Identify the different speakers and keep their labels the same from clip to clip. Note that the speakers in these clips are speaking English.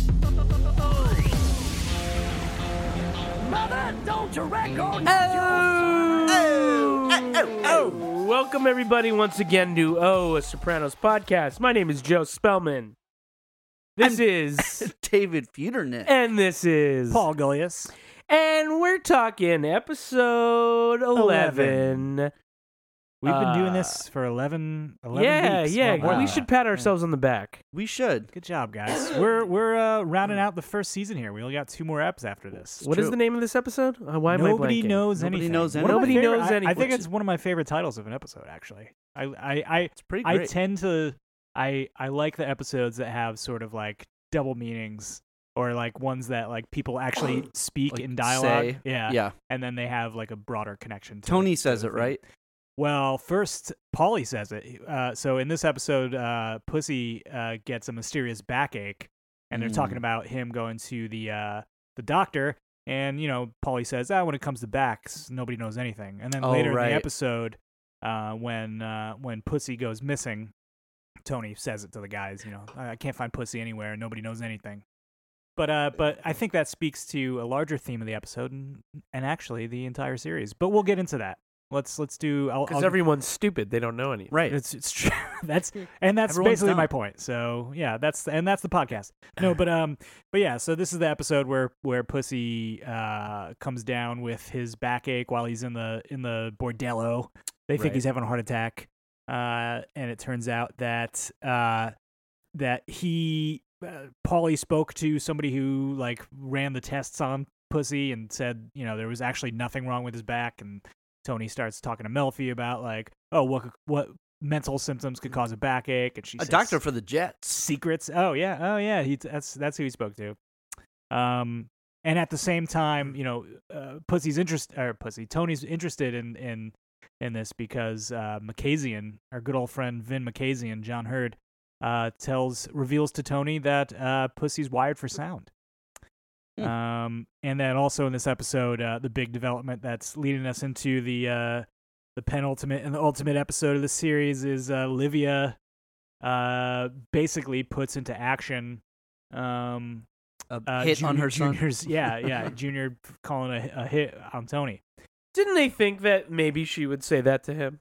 Speaker 1: Oh.
Speaker 2: Oh,
Speaker 3: Welcome, everybody, once again to Oh, a Sopranos podcast. My name is Joe Spellman. This is,
Speaker 1: David Feudernick.
Speaker 3: and this is
Speaker 2: Paul Gullius.
Speaker 3: and we're talking episode 11.
Speaker 2: We've been doing
Speaker 3: Uh,
Speaker 2: this for 11, 11
Speaker 3: yeah,
Speaker 2: weeks.
Speaker 3: yeah.
Speaker 2: Well, wow.
Speaker 3: We should pat ourselves on the back.
Speaker 1: We should.
Speaker 2: Good job, guys. We're we're uh, rounding out the first season here. We only got two more eps after this.
Speaker 3: What is
Speaker 1: true.
Speaker 3: the name of this episode? Uh, why am I
Speaker 2: Nobody
Speaker 3: blanking?
Speaker 2: knows
Speaker 1: Nobody
Speaker 2: anything.
Speaker 1: knows
Speaker 2: One of my
Speaker 3: Nobody
Speaker 2: favorite-
Speaker 3: knows
Speaker 2: I- I
Speaker 3: anything.
Speaker 2: think it's one of my favorite titles of an episode, actually. I I I,
Speaker 1: It's pretty
Speaker 2: I
Speaker 1: great.
Speaker 2: tend to I I like the episodes that have sort of like double meanings or like ones that like people actually speak
Speaker 1: Like,
Speaker 2: in dialogue.
Speaker 1: say-
Speaker 2: yeah.
Speaker 1: yeah.
Speaker 2: And then they have like a broader connection. To
Speaker 1: Tony
Speaker 2: to
Speaker 1: says
Speaker 2: the
Speaker 1: it
Speaker 2: thing.
Speaker 1: right.
Speaker 2: Well, first, Polly says it. Uh, so in this episode, uh, Pussy uh, gets a mysterious backache, and they're talking
Speaker 1: Mm.
Speaker 2: about him going to the uh, the doctor. And you know, Polly says, "Ah, when it comes to backs, nobody knows anything." And then
Speaker 1: Oh,
Speaker 2: later in
Speaker 1: right.
Speaker 2: the episode, uh, when uh, when Pussy goes missing, Tony says it to the guys. You know, I I can't find Pussy anywhere. Nobody knows anything. But uh, but I think that speaks to a larger theme of the episode and, and actually the entire series. But we'll get into that. Let's let's do. I'll,
Speaker 3: Because
Speaker 2: I'll-
Speaker 3: everyone's stupid. They don't know anything.
Speaker 1: Right.
Speaker 2: It's it's true. that's and that's
Speaker 1: Everyone's
Speaker 2: basically
Speaker 1: dumb.
Speaker 2: my point. So yeah, that's and that's the podcast. No, but um, but yeah. So this is the episode where where Pussy uh comes down with his backache while he's in the in the bordello. They think
Speaker 1: Right.
Speaker 2: he's having a heart attack, uh, and it turns out that uh that he uh, Paulie spoke to somebody who like ran the tests on Pussy and said you know there was actually nothing wrong with his back and Tony starts talking to Melfi about like, oh, what could- what mental symptoms could cause a backache, and she
Speaker 1: A
Speaker 2: says,
Speaker 1: doctor for the Jets.
Speaker 2: secrets. Oh yeah, oh yeah, he that's that's who he spoke to. Um, and at the same time, you know, uh, Pussy's interest or Pussy Tony's interested in in in this because uh, McKazian, our good old friend Vin McKazian, John Hurd, uh, tells reveals to Tony that uh, Pussy's wired for sound.
Speaker 1: Hmm.
Speaker 2: Um, and then also in this episode, uh, the big development that's leading us into the uh, the penultimate and the ultimate episode of the series is uh, Livia uh, basically puts into action um,
Speaker 1: A
Speaker 2: uh,
Speaker 1: hit
Speaker 2: junior,
Speaker 1: on her son.
Speaker 2: junior's, Yeah, yeah, Junior calling a, a hit on Tony.
Speaker 3: Didn't they think that maybe she would say that to him?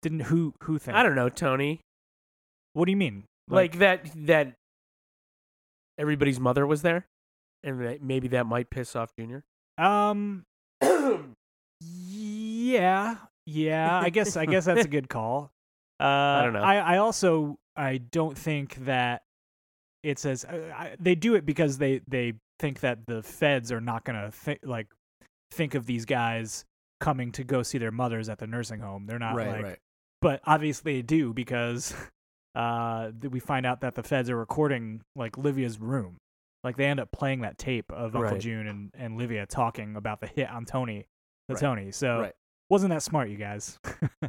Speaker 2: Didn't who who think?
Speaker 3: I don't know, Tony.
Speaker 2: What do you mean?
Speaker 3: Like, that, that everybody's mother was there. And that maybe that might piss off Junior.
Speaker 2: um, yeah, yeah. I guess I guess that's a good call. Uh, I
Speaker 3: don't know.
Speaker 2: I, I also I don't think that it says I, I, they do it because they they think that the feds are not gonna thi- like think of these guys coming to go see their mothers at the nursing home. They're not
Speaker 1: right,
Speaker 2: like
Speaker 1: right.
Speaker 2: but obviously they do because uh th- we find out that the feds are recording like Livia's room. Like they end up playing that tape of Uncle
Speaker 3: Right.
Speaker 2: June and and Livia talking about the hit on Tony, the
Speaker 1: Right.
Speaker 2: Tony. So
Speaker 1: Right.
Speaker 2: wasn't that smart, you guys?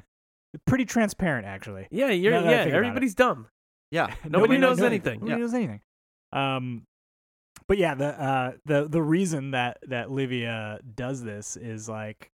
Speaker 2: Pretty transparent, actually.
Speaker 3: Yeah, you're,
Speaker 2: Now that I
Speaker 3: yeah,
Speaker 2: think about it.
Speaker 3: everybody's dumb.
Speaker 1: Yeah.
Speaker 3: Nobody knows anything.
Speaker 2: Nobody knows anything. Um, but yeah, the uh, the the reason that that Livia does this is like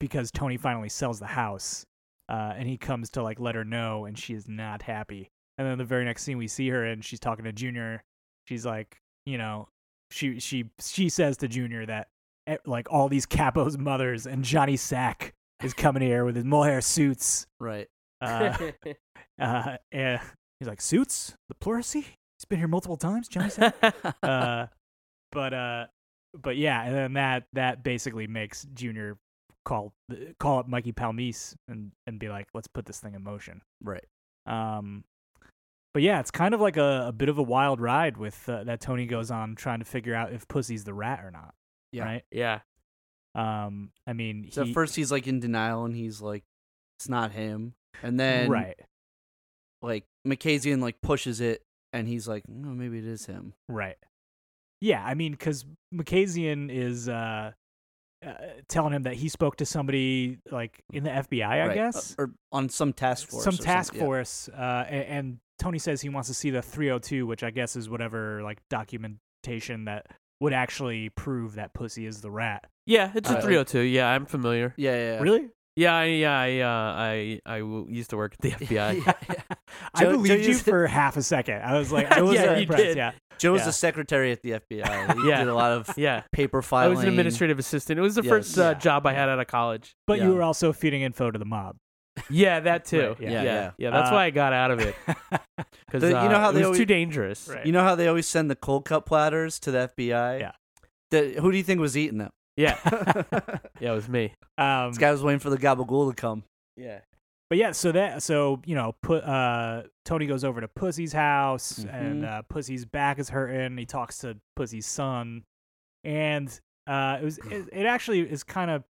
Speaker 2: because Tony finally sells the house, uh, and he comes to like let her know, and she is not happy. And then the very next scene, we see her and she's talking to Junior. She's like, you know, she she she says to Junior that eh, like all these capos mothers and Johnny Sack is coming here with his mohair suits.
Speaker 1: Right.
Speaker 2: Uh, uh, and he's like, suits? The pleurisy? He's been here multiple times, Johnny Sack. uh, but uh, but yeah, and then that that basically makes Junior call uh, call up Mikey Palmise and and be like, let's put this thing in motion.
Speaker 1: right.
Speaker 2: Um, but yeah, it's kind of like a, a bit of a wild ride with uh, that Tony goes on trying to figure out if Pussy's the rat or not.
Speaker 1: Yeah.
Speaker 2: Right.
Speaker 3: yeah.
Speaker 2: Um, I mean,
Speaker 1: So
Speaker 2: he-
Speaker 1: at first he's like in denial and he's like, it's not him. And then
Speaker 2: right,
Speaker 1: like McKazian like pushes it and he's like, no, maybe it is him.
Speaker 2: right, yeah. I mean, because McKazian is uh, uh, telling him that he spoke to somebody like in the FBI, I
Speaker 1: Right.
Speaker 2: guess,
Speaker 1: Uh, or on some task force.
Speaker 2: some
Speaker 1: or something,
Speaker 2: task
Speaker 1: yeah.
Speaker 2: force. Uh, a- and, Tony says he wants to see the 302, which I guess is whatever like documentation that would actually prove that Pussy is the rat.
Speaker 3: Yeah, it's a
Speaker 1: Uh,
Speaker 3: 302. Yeah, I'm familiar.
Speaker 1: Yeah, yeah, yeah.
Speaker 2: Really?
Speaker 3: Yeah, I, yeah, I, uh, I, I w- used to work at the FBI.
Speaker 1: Yeah, yeah.
Speaker 2: I
Speaker 1: Joe- Joe
Speaker 2: believed you
Speaker 1: used-
Speaker 2: for half a second. I was like, I was
Speaker 3: Yeah, you
Speaker 2: impressed.
Speaker 3: did.
Speaker 2: Yeah,
Speaker 1: Joe was
Speaker 2: Yeah.
Speaker 1: the secretary at the FBI. He
Speaker 3: Yeah.
Speaker 1: did a lot of
Speaker 3: yeah,
Speaker 1: paper
Speaker 3: I
Speaker 1: filing.
Speaker 3: was an administrative assistant. It was the
Speaker 1: Yes.
Speaker 3: first uh,
Speaker 2: Yeah.
Speaker 3: job I had out of college.
Speaker 2: but
Speaker 1: Yeah.
Speaker 2: you were also feeding info to the mob.
Speaker 3: Yeah, that too.
Speaker 2: Right,
Speaker 3: yeah,
Speaker 2: yeah.
Speaker 3: yeah,
Speaker 1: Yeah, yeah.
Speaker 3: That's
Speaker 2: Uh,
Speaker 3: why I got out of it because
Speaker 1: The- you know how
Speaker 3: it
Speaker 1: they
Speaker 3: was too
Speaker 1: always-
Speaker 3: dangerous.
Speaker 2: Right.
Speaker 1: You know how they always send the cold cut platters to the FBI?
Speaker 2: Yeah.
Speaker 1: The- who do you think was eating them?
Speaker 3: Yeah,
Speaker 1: this
Speaker 3: yeah, it was me.
Speaker 2: Um,
Speaker 1: guy was waiting for the gabagool to come.
Speaker 3: Yeah,
Speaker 2: but yeah, so that so you know, put uh, Tony goes over to Pussy's house, and
Speaker 1: Mhm.
Speaker 2: uh, Pussy's back is hurting. He talks to Pussy's son, and uh, it was it, it actually is kind of,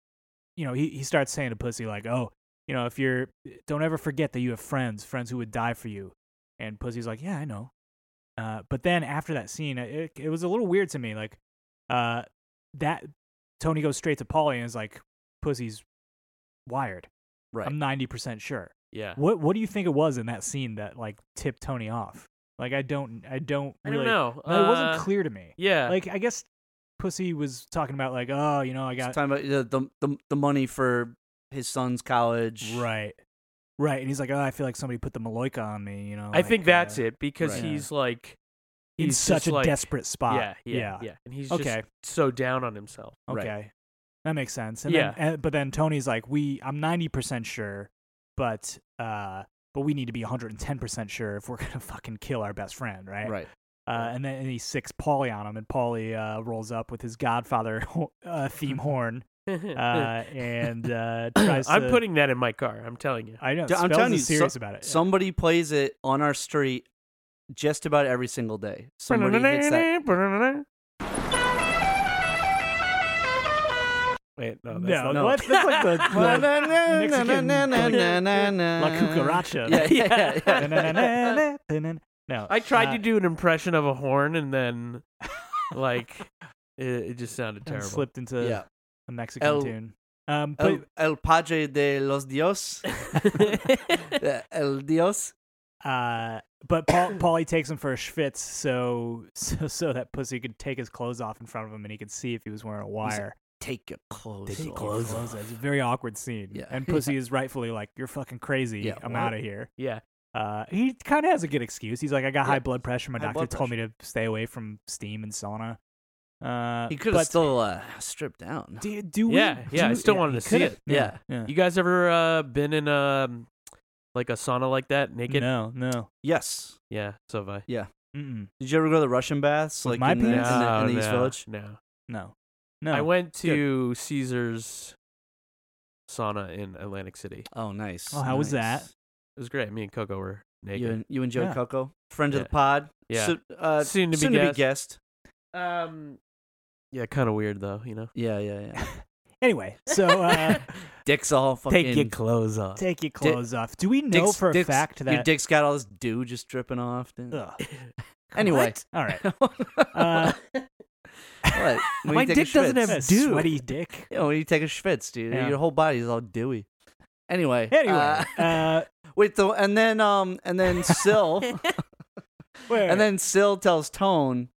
Speaker 2: you know, he he starts saying to Pussy like, oh, you know, if you're don't ever forget that you have friends, friends who would die for you, and Pussy's like, yeah, I know. Uh, but then after that scene, it it was a little weird to me, like, uh, that Tony goes straight to Polly and is like, Pussy's wired.
Speaker 1: Right.
Speaker 2: I'm ninety percent sure.
Speaker 3: yeah.
Speaker 2: What What do you think it was in that scene that like tipped Tony off? Like I don't I don't
Speaker 3: I
Speaker 2: really
Speaker 3: don't know.
Speaker 2: No, it wasn't
Speaker 3: Uh,
Speaker 2: clear to me.
Speaker 3: Yeah,
Speaker 2: Like I guess Pussy was talking about like oh you know I
Speaker 1: He's
Speaker 2: got
Speaker 1: talking about the, the, the, the money for his son's college.
Speaker 2: right right and he's like oh I feel like somebody put the Maloika on me you know. uh,
Speaker 3: I think that's it because
Speaker 1: right.
Speaker 3: he's like
Speaker 2: In
Speaker 3: he's
Speaker 2: such
Speaker 3: just
Speaker 2: a
Speaker 3: like-
Speaker 2: desperate spot.
Speaker 3: Yeah, yeah, yeah, and he's
Speaker 2: Okay.
Speaker 3: just so down on himself.
Speaker 1: Right.
Speaker 2: Okay. That makes sense. And
Speaker 3: Yeah.
Speaker 2: Then, and, but then Tony's like, we, I'm 90% sure, but, uh, but we need to be 110% sure if we're going to fucking kill our best friend, right?
Speaker 1: Right.
Speaker 2: Uh, and then and he sicks Paulie on him, and Paulie uh, rolls up with his Godfather ho- uh, theme horn uh, and uh, tries
Speaker 3: I'm
Speaker 2: to-
Speaker 3: putting that in my car. I'm telling you.
Speaker 2: I know.
Speaker 1: Dude, I'm
Speaker 2: Spells
Speaker 1: telling
Speaker 2: is
Speaker 1: you, so-
Speaker 2: serious about it.
Speaker 1: Somebody plays it on our street just about every single day. Somebody hits that.
Speaker 3: Wait, no, that's
Speaker 2: no,
Speaker 3: not-
Speaker 1: no.
Speaker 2: what? That's like the, the Mexican La
Speaker 1: Yeah,
Speaker 2: Cucaracha.
Speaker 1: yeah, yeah, yeah.
Speaker 2: Da-na-na-na-na-na-na. No,
Speaker 3: I tried
Speaker 2: uh,
Speaker 3: to do an impression of a horn, and then like it, it just sounded
Speaker 2: and
Speaker 3: terrible.
Speaker 2: slipped into
Speaker 1: yeah.
Speaker 2: a Mexican
Speaker 1: El-
Speaker 2: tune. Um, but
Speaker 1: El, el Padre de los Dios. Yeah, el Dios.
Speaker 2: uh, but Paul, Paulie takes him for a schwitz, so so so that pussy could take his clothes off in front of him, and he could see if he was wearing a wire.
Speaker 1: Take your clothes
Speaker 2: Take your
Speaker 1: off.
Speaker 2: clothes off. It's a very awkward scene.
Speaker 1: Yeah.
Speaker 2: And pussy is rightfully like, "You're fucking crazy.
Speaker 1: Yeah,
Speaker 2: I'm
Speaker 1: what?
Speaker 2: out of here."
Speaker 3: yeah,
Speaker 2: Uh, he kind of has a good excuse. He's like, "I got
Speaker 1: Yeah.
Speaker 2: high blood pressure. My
Speaker 1: High
Speaker 2: doctor
Speaker 1: blood
Speaker 2: told me to stay away from steam and sauna." Uh,
Speaker 1: He could have
Speaker 2: but
Speaker 1: still uh, stripped down.
Speaker 2: Do, do we?
Speaker 3: Yeah, yeah,
Speaker 2: do-
Speaker 3: I still wanted to
Speaker 2: he
Speaker 3: see
Speaker 2: could've.
Speaker 3: it.
Speaker 1: Yeah.
Speaker 3: you guys ever uh, been in um like a sauna like that naked?
Speaker 2: No, no.
Speaker 1: Yes.
Speaker 3: Yeah, so have I.
Speaker 2: Mm-mm,
Speaker 1: Did you ever go to the Russian baths,
Speaker 2: With
Speaker 1: like
Speaker 2: my
Speaker 1: in, the, in,
Speaker 2: penis?
Speaker 1: the, in the
Speaker 3: no,
Speaker 1: East
Speaker 3: no,
Speaker 1: Village?
Speaker 3: no.
Speaker 2: no, no.
Speaker 3: I went to Caesar's sauna in Atlantic City.
Speaker 1: Oh, nice.
Speaker 2: Oh, how was
Speaker 1: nice.
Speaker 2: that?
Speaker 3: It was great. Me and Coco were
Speaker 1: You,
Speaker 3: naked.
Speaker 1: en- you enjoyed
Speaker 2: Yeah.
Speaker 1: Coco, friend of
Speaker 3: Yeah.
Speaker 1: the pod.
Speaker 3: Yeah.
Speaker 1: So- uh,
Speaker 3: Soon to be guest.
Speaker 1: guest.
Speaker 3: um, yeah, kind of weird though, you know.
Speaker 1: Yeah, yeah, yeah.
Speaker 2: Anyway, so uh,
Speaker 1: Dick's all fucking.
Speaker 3: clothes off.
Speaker 2: take your clothes off. Do we know
Speaker 1: dick's-
Speaker 2: for a
Speaker 1: dick's-
Speaker 2: fact
Speaker 1: your
Speaker 2: that?
Speaker 1: dick's got all this dew just dripping off. dude.
Speaker 2: Ugh.
Speaker 1: Anyway,
Speaker 2: All right. Uh,
Speaker 1: What? When
Speaker 3: My
Speaker 1: you take a
Speaker 3: dick doesn't have
Speaker 1: schwitz-
Speaker 2: a
Speaker 3: dude.
Speaker 2: sweaty dick.
Speaker 1: Yeah, when you take a schwitz, dude,
Speaker 2: Yeah.
Speaker 1: your whole body's all dewy. Anyway.
Speaker 2: Anyway,
Speaker 1: uh,
Speaker 2: uh,
Speaker 1: wait. So and then um and then Sil
Speaker 2: wait,
Speaker 1: and then Sil tells Tone,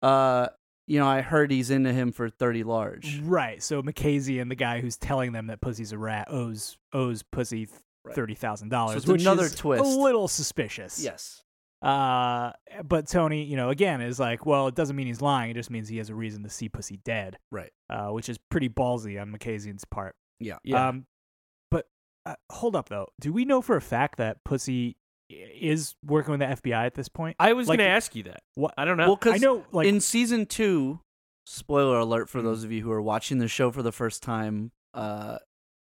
Speaker 1: uh, you know, I heard he's into him for thirty large.
Speaker 2: right. So McKaysey and the guy who's telling them that pussy's a rat owes owes pussy
Speaker 1: Right.
Speaker 2: thirty thousand
Speaker 1: So
Speaker 2: dollars,
Speaker 1: it's
Speaker 2: which
Speaker 1: another
Speaker 2: is
Speaker 1: twist.
Speaker 2: a little suspicious.
Speaker 1: Yes.
Speaker 2: Uh, but Tony, you know, again is like, well, it doesn't mean he's lying. It just means he has a reason to see pussy dead.
Speaker 1: Right.
Speaker 2: Uh, which is pretty ballsy on McKazian's part.
Speaker 1: Yeah.
Speaker 3: Yeah.
Speaker 2: Um, but uh, hold up though, do we know for a fact that pussy i- is working with the FBI at this point?
Speaker 3: I was
Speaker 2: Like-
Speaker 3: gonna ask you that.
Speaker 2: What-
Speaker 3: I don't know.
Speaker 1: Well,
Speaker 2: I
Speaker 1: because
Speaker 2: know, like,
Speaker 1: Uh,
Speaker 2: Mm-hmm.
Speaker 1: in season two, spoiler alert for those of you who are watching the show for the first time. Uh,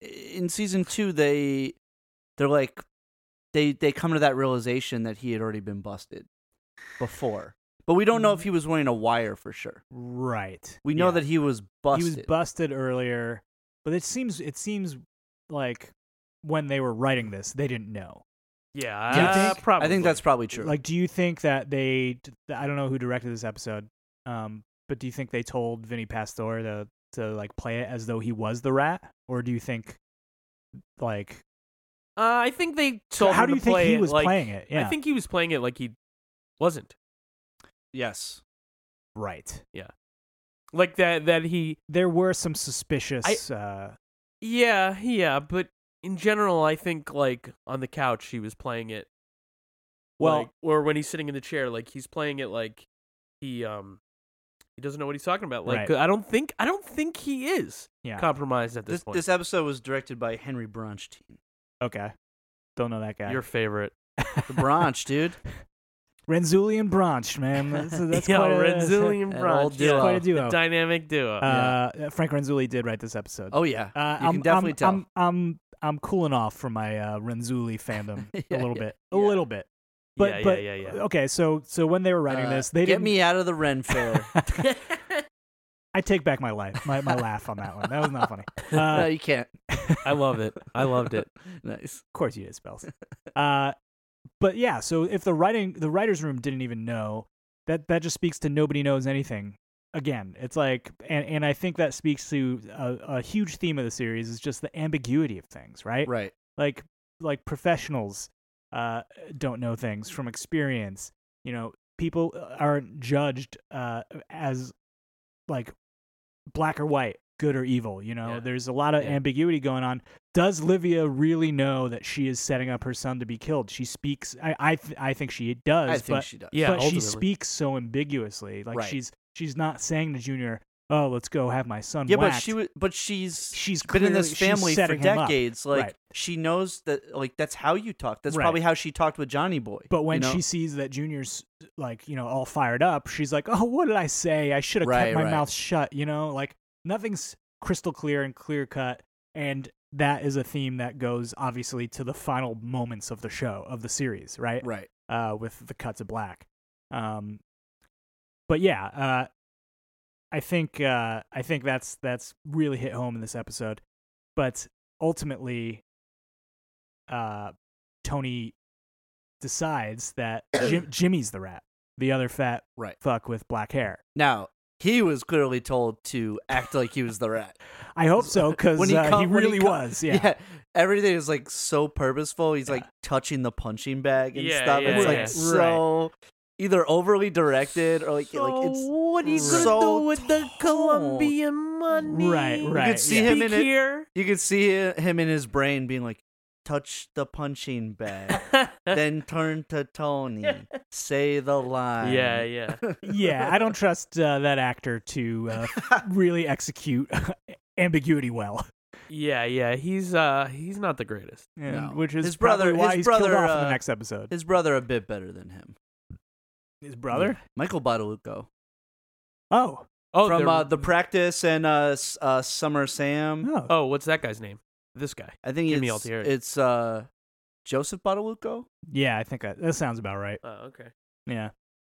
Speaker 1: in season two, they they're like they they come to that realization that he had already been busted before, but we don't know if he was wearing a wire for sure.
Speaker 2: right.
Speaker 1: We know
Speaker 2: Mm-hmm. Yeah.
Speaker 1: that he was busted.
Speaker 2: He was busted earlier, but it seems it seems like when they were writing this, they didn't know.
Speaker 3: yeah,
Speaker 1: Do you
Speaker 3: uh,
Speaker 1: think-
Speaker 3: probably.
Speaker 1: I think that's probably true.
Speaker 2: Like, do you think that they? I don't know who directed this episode, um, but do you think they told Vinny Pastore to to like play it as though he was the rat, or do you think like
Speaker 3: Uh, I think they told.
Speaker 2: how
Speaker 3: him
Speaker 2: do
Speaker 3: to
Speaker 2: you think
Speaker 3: play
Speaker 2: he
Speaker 3: it
Speaker 2: was
Speaker 3: like-
Speaker 2: playing it? Yeah,
Speaker 3: I think he was playing it like he wasn't.
Speaker 1: yes,
Speaker 2: right.
Speaker 3: Like that. That he.
Speaker 2: There were some suspicious. uh,
Speaker 3: Yeah, yeah. But in general, I think like on the couch he was playing it.
Speaker 2: well,
Speaker 3: like- or when he's sitting in the chair, like he's playing it like he um he doesn't know what he's talking about. Like
Speaker 2: Right.
Speaker 3: I don't think I don't think he is
Speaker 2: yeah.
Speaker 3: compromised at this,
Speaker 1: this
Speaker 3: point.
Speaker 1: this episode was directed by Henry Bronstein.
Speaker 2: okay, don't know that guy.
Speaker 3: Your favorite.
Speaker 1: The Bronch, dude.
Speaker 2: Renzulli and Branch, man. That's, that's
Speaker 3: yeah,
Speaker 2: quite a-
Speaker 3: Renzilli and
Speaker 1: That
Speaker 3: Bronch,
Speaker 1: old
Speaker 3: yeah.
Speaker 1: duo.
Speaker 2: quite a duo.
Speaker 3: The dynamic duo.
Speaker 2: Uh, Frank Renzulli did write this episode.
Speaker 1: Oh yeah,
Speaker 2: uh,
Speaker 1: you
Speaker 2: I'm,
Speaker 1: can definitely
Speaker 2: I'm,
Speaker 1: tell.
Speaker 2: I'm, I'm I'm cooling off from my uh, Renzulli fandom a
Speaker 1: Yeah,
Speaker 2: little
Speaker 1: yeah,
Speaker 2: bit, a
Speaker 1: yeah.
Speaker 2: little bit. But
Speaker 3: yeah,
Speaker 2: but
Speaker 3: yeah, yeah, yeah.
Speaker 2: okay, so so when they were writing
Speaker 1: Uh,
Speaker 2: this, they
Speaker 1: get
Speaker 2: didn't.
Speaker 1: me out of the Ren Fair.
Speaker 2: I take back my life, my, my laugh on that one. That was not funny.
Speaker 1: no,
Speaker 2: Uh,
Speaker 1: you can't.
Speaker 3: I love it. I loved it.
Speaker 1: nice.
Speaker 2: of course you did spells. Uh, but yeah, so if the writing the writers room didn't even know that that just speaks to nobody knows anything. Again, it's like and and I think that speaks to a, a huge theme of the series is just the ambiguity of things, right?
Speaker 1: Right.
Speaker 2: Like like professionals uh don't know things from experience. You know, people uh, aren't judged uh as like black or white, good or evil, you know.
Speaker 3: Yeah.
Speaker 2: There's a lot of
Speaker 3: Yeah.
Speaker 2: ambiguity going on does Livia really know that she is setting up her son to be killed? She speaks. I I, th- I think she does,
Speaker 1: I think
Speaker 2: but
Speaker 1: she does.
Speaker 3: Yeah,
Speaker 2: but she
Speaker 3: ultimately.
Speaker 2: speaks so ambiguously. Like
Speaker 1: Right.
Speaker 2: she's she's not saying to Junior, "Oh, let's go have my son."
Speaker 1: Yeah, but
Speaker 2: whacked."
Speaker 1: she was, but she's
Speaker 2: she's
Speaker 1: been in this
Speaker 2: clearly- she's
Speaker 1: family for
Speaker 2: setting him up.
Speaker 1: decades. Like
Speaker 2: Right.
Speaker 1: she knows that like that's how you talk. That's
Speaker 2: Right.
Speaker 1: probably how she talked with Johnny Boy.
Speaker 2: But when
Speaker 1: you know?
Speaker 2: she sees that Junior's like you know all fired up, she's like, "Oh, what did I say? I should have
Speaker 1: Right,
Speaker 2: kept my
Speaker 1: right.
Speaker 2: mouth shut." You know, like nothing's crystal clear and clear cut, and that is a theme that goes obviously to the final moments of the show of the series, right?
Speaker 1: right,
Speaker 2: uh, with the cut to black. Um, but yeah, uh, I think uh, I think that's that's really hit home in this episode. But ultimately, uh, Tony decides that Jim- Jimmy's the rat, the other fat
Speaker 1: right.
Speaker 2: fuck with black hair.
Speaker 1: Now he was clearly told to act like he was the rat.
Speaker 2: I hope so because
Speaker 1: When he
Speaker 2: he,
Speaker 1: come-
Speaker 2: he
Speaker 1: when he
Speaker 2: really
Speaker 1: come-
Speaker 2: was. Yeah.
Speaker 1: everything is like so purposeful. He's like touching the punching bag and
Speaker 3: Yeah,
Speaker 1: stuff.
Speaker 3: yeah,
Speaker 1: it's like
Speaker 3: yeah.
Speaker 1: so either overly directed or like like it's.
Speaker 3: what
Speaker 1: are you gonna so do with the tall. Colombian
Speaker 3: money?
Speaker 2: Right, right.
Speaker 1: You could see
Speaker 2: yeah.
Speaker 1: him in it.
Speaker 3: here.
Speaker 1: You could see him in his brain being like, "Touch the punching bag." then turn to Tony. Say the line.
Speaker 3: yeah, yeah.
Speaker 2: yeah, I don't trust uh, that actor to uh, really execute ambiguity well.
Speaker 3: Yeah, yeah. He's uh he's not the greatest.
Speaker 2: and-
Speaker 1: No.
Speaker 2: which is
Speaker 1: His brother-
Speaker 2: probably why
Speaker 1: his
Speaker 2: he's killed
Speaker 1: brother,
Speaker 2: off in
Speaker 1: uh,
Speaker 2: the next episode.
Speaker 1: His brother a bit better than him.
Speaker 2: His
Speaker 1: Yeah. Michael Bottolucco
Speaker 2: Oh,
Speaker 3: Oh,
Speaker 1: from
Speaker 3: they're-
Speaker 1: uh, the practice and uh, S- uh, Summer Sam.
Speaker 2: no.
Speaker 3: Oh, what's that guy's name? This guy.
Speaker 1: I think
Speaker 3: Jimmy
Speaker 1: it's
Speaker 3: Altieri.
Speaker 1: it's uh, Joseph Bottolucco.
Speaker 2: Yeah, I think that, that sounds about right.
Speaker 3: Oh, okay.
Speaker 2: Yeah.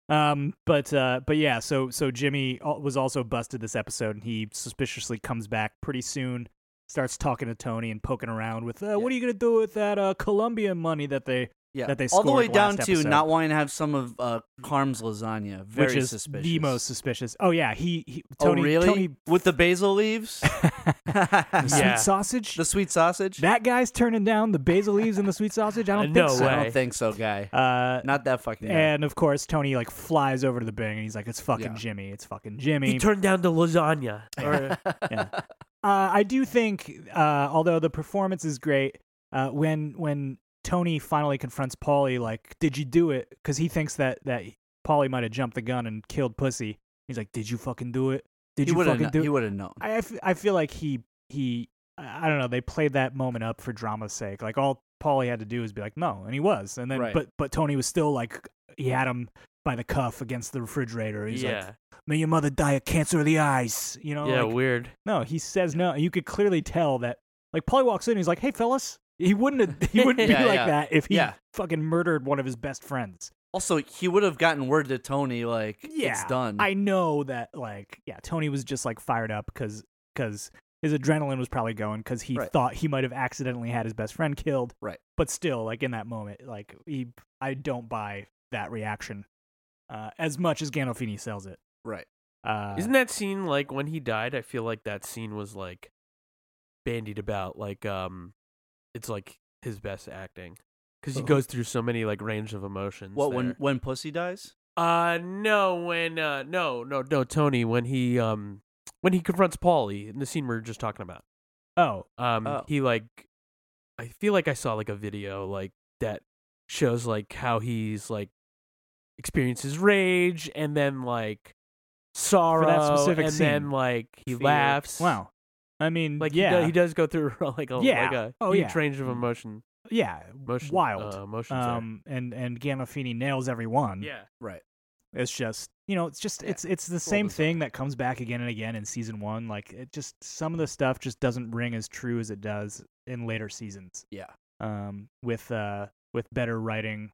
Speaker 2: Um, but uh, but yeah, so so Jimmy al- was also busted this episode, and he suspiciously comes back pretty soon, starts talking to Tony and poking around with, uh, "What are you gonna do with that uh, Colombian money that they?"
Speaker 1: Yeah,
Speaker 2: That they
Speaker 1: all the way
Speaker 2: scored
Speaker 1: down
Speaker 2: last
Speaker 1: to
Speaker 2: episode.
Speaker 1: not wanting to have some of uh, Carm's lasagna. Very
Speaker 2: which is
Speaker 1: suspicious.
Speaker 2: the most suspicious. Oh yeah, he, he
Speaker 1: Oh,
Speaker 2: Tony
Speaker 1: really?
Speaker 2: Tony
Speaker 1: With the basil leaves,
Speaker 2: sweet
Speaker 3: Yeah.
Speaker 2: sausage.
Speaker 1: the sweet sausage.
Speaker 2: that guy's turning down the basil leaves and the sweet sausage. I
Speaker 1: Uh,
Speaker 2: don't
Speaker 3: No
Speaker 2: think so.
Speaker 3: way.
Speaker 1: I don't think so, guy.
Speaker 2: Uh,
Speaker 1: Not that fucking. guy.
Speaker 2: And of course, Tony like flies over to the bing and he's like, "It's fucking
Speaker 1: Yeah.
Speaker 2: Jimmy! It's fucking Jimmy!"
Speaker 3: He turned down the lasagna. Or-
Speaker 2: uh, I do think, uh, although the performance is great, uh, when when Tony finally confronts Polly, like, "Did you do it?" Because he thinks that that Polly might have jumped the gun and killed Pussy. He's like, "Did you fucking do it? Did
Speaker 1: he
Speaker 2: you
Speaker 1: would
Speaker 2: fucking
Speaker 1: have.
Speaker 2: do
Speaker 1: He
Speaker 2: it?"
Speaker 1: would have known.
Speaker 2: I, I f- I feel like he he I I don't know. They played that moment up for drama's sake. Like all Paulie had to do was be like no, and he was, and then
Speaker 1: Right.
Speaker 2: but but Tony was still like he had him by the cuff against the refrigerator. He's
Speaker 3: yeah.
Speaker 2: like, "May your mother die of cancer of the eyes." You
Speaker 1: "Oh,
Speaker 2: know,
Speaker 3: yeah.
Speaker 2: like,
Speaker 3: weird.
Speaker 2: no, he says no. You could clearly tell that. Like Paulie walks in, he's like, "Hey, fellas." He wouldn't. Have, he wouldn't
Speaker 1: Yeah,
Speaker 2: be like
Speaker 1: yeah.
Speaker 2: that if he
Speaker 1: Yeah.
Speaker 2: fucking murdered one of his best friends.
Speaker 1: Also, he would have gotten word to Tony like
Speaker 2: Yeah,
Speaker 1: it's done.
Speaker 3: Mm.
Speaker 2: I know that, like, yeah, Tony was just like fired up because because his adrenaline was probably going because he
Speaker 1: Right.
Speaker 2: thought he might have accidentally had his best friend killed.
Speaker 1: Right.
Speaker 2: But still, like in that moment, like he, I don't buy that reaction uh, as much as Gandolfini sells it.
Speaker 1: right.
Speaker 2: Uh,
Speaker 3: Isn't that scene like when he died? I feel like that scene was like bandied about. Like, um, it's like his best acting because he
Speaker 1: Oh.
Speaker 3: goes through so many like range of emotions.
Speaker 1: What when
Speaker 3: there.
Speaker 1: when pussy dies?
Speaker 3: Uh, no, when uh, no, no, no, Tony, when he um, when he confronts Paulie in the scene we were just talking about.
Speaker 2: oh
Speaker 3: Um,
Speaker 1: Oh.
Speaker 3: he like, I feel like I saw like a video like that shows like how he's like experiences rage and then like sorrow
Speaker 2: specific
Speaker 3: and
Speaker 2: scene.
Speaker 3: then like he
Speaker 1: Fear.
Speaker 3: laughs.
Speaker 2: wow! I mean,
Speaker 3: Like
Speaker 2: yeah,
Speaker 3: he, do, he does go through like a
Speaker 2: Yeah.
Speaker 3: like a
Speaker 2: Oh,
Speaker 3: huge
Speaker 2: yeah.
Speaker 3: range of emotion,
Speaker 2: yeah,
Speaker 3: motion,
Speaker 2: wild.
Speaker 3: uh, emotions. there.
Speaker 2: um, and and Gandolfini nails every one.
Speaker 3: yeah,
Speaker 1: Right.
Speaker 2: It's just you know, it's just
Speaker 1: Yeah,
Speaker 2: it's it's the
Speaker 3: full
Speaker 2: same
Speaker 3: design.
Speaker 2: thing that comes back again and again in season one. Like it just some of the stuff just doesn't ring as true as it does in later seasons.
Speaker 1: Yeah.
Speaker 2: Um with uh with better writing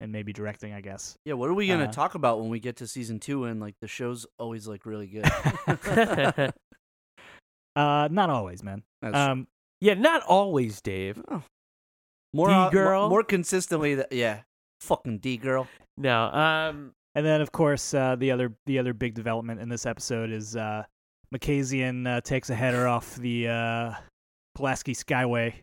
Speaker 2: and maybe directing, I guess.
Speaker 1: Yeah. What are we gonna
Speaker 2: Uh,
Speaker 1: talk about when we get to season two and like the show's always like really good?
Speaker 2: Uh not always, man.
Speaker 1: That's-
Speaker 2: Um
Speaker 3: yeah. Not always, Dave.
Speaker 2: Oh.
Speaker 1: more
Speaker 3: D
Speaker 1: uh, mo-
Speaker 3: girl?
Speaker 1: more, consistently. That, yeah. Fucking D girl.
Speaker 3: No. Um.
Speaker 2: and then of course uh the other the other big development in this episode is uh Macasian uh, takes a header off the uh Pulaski Skyway.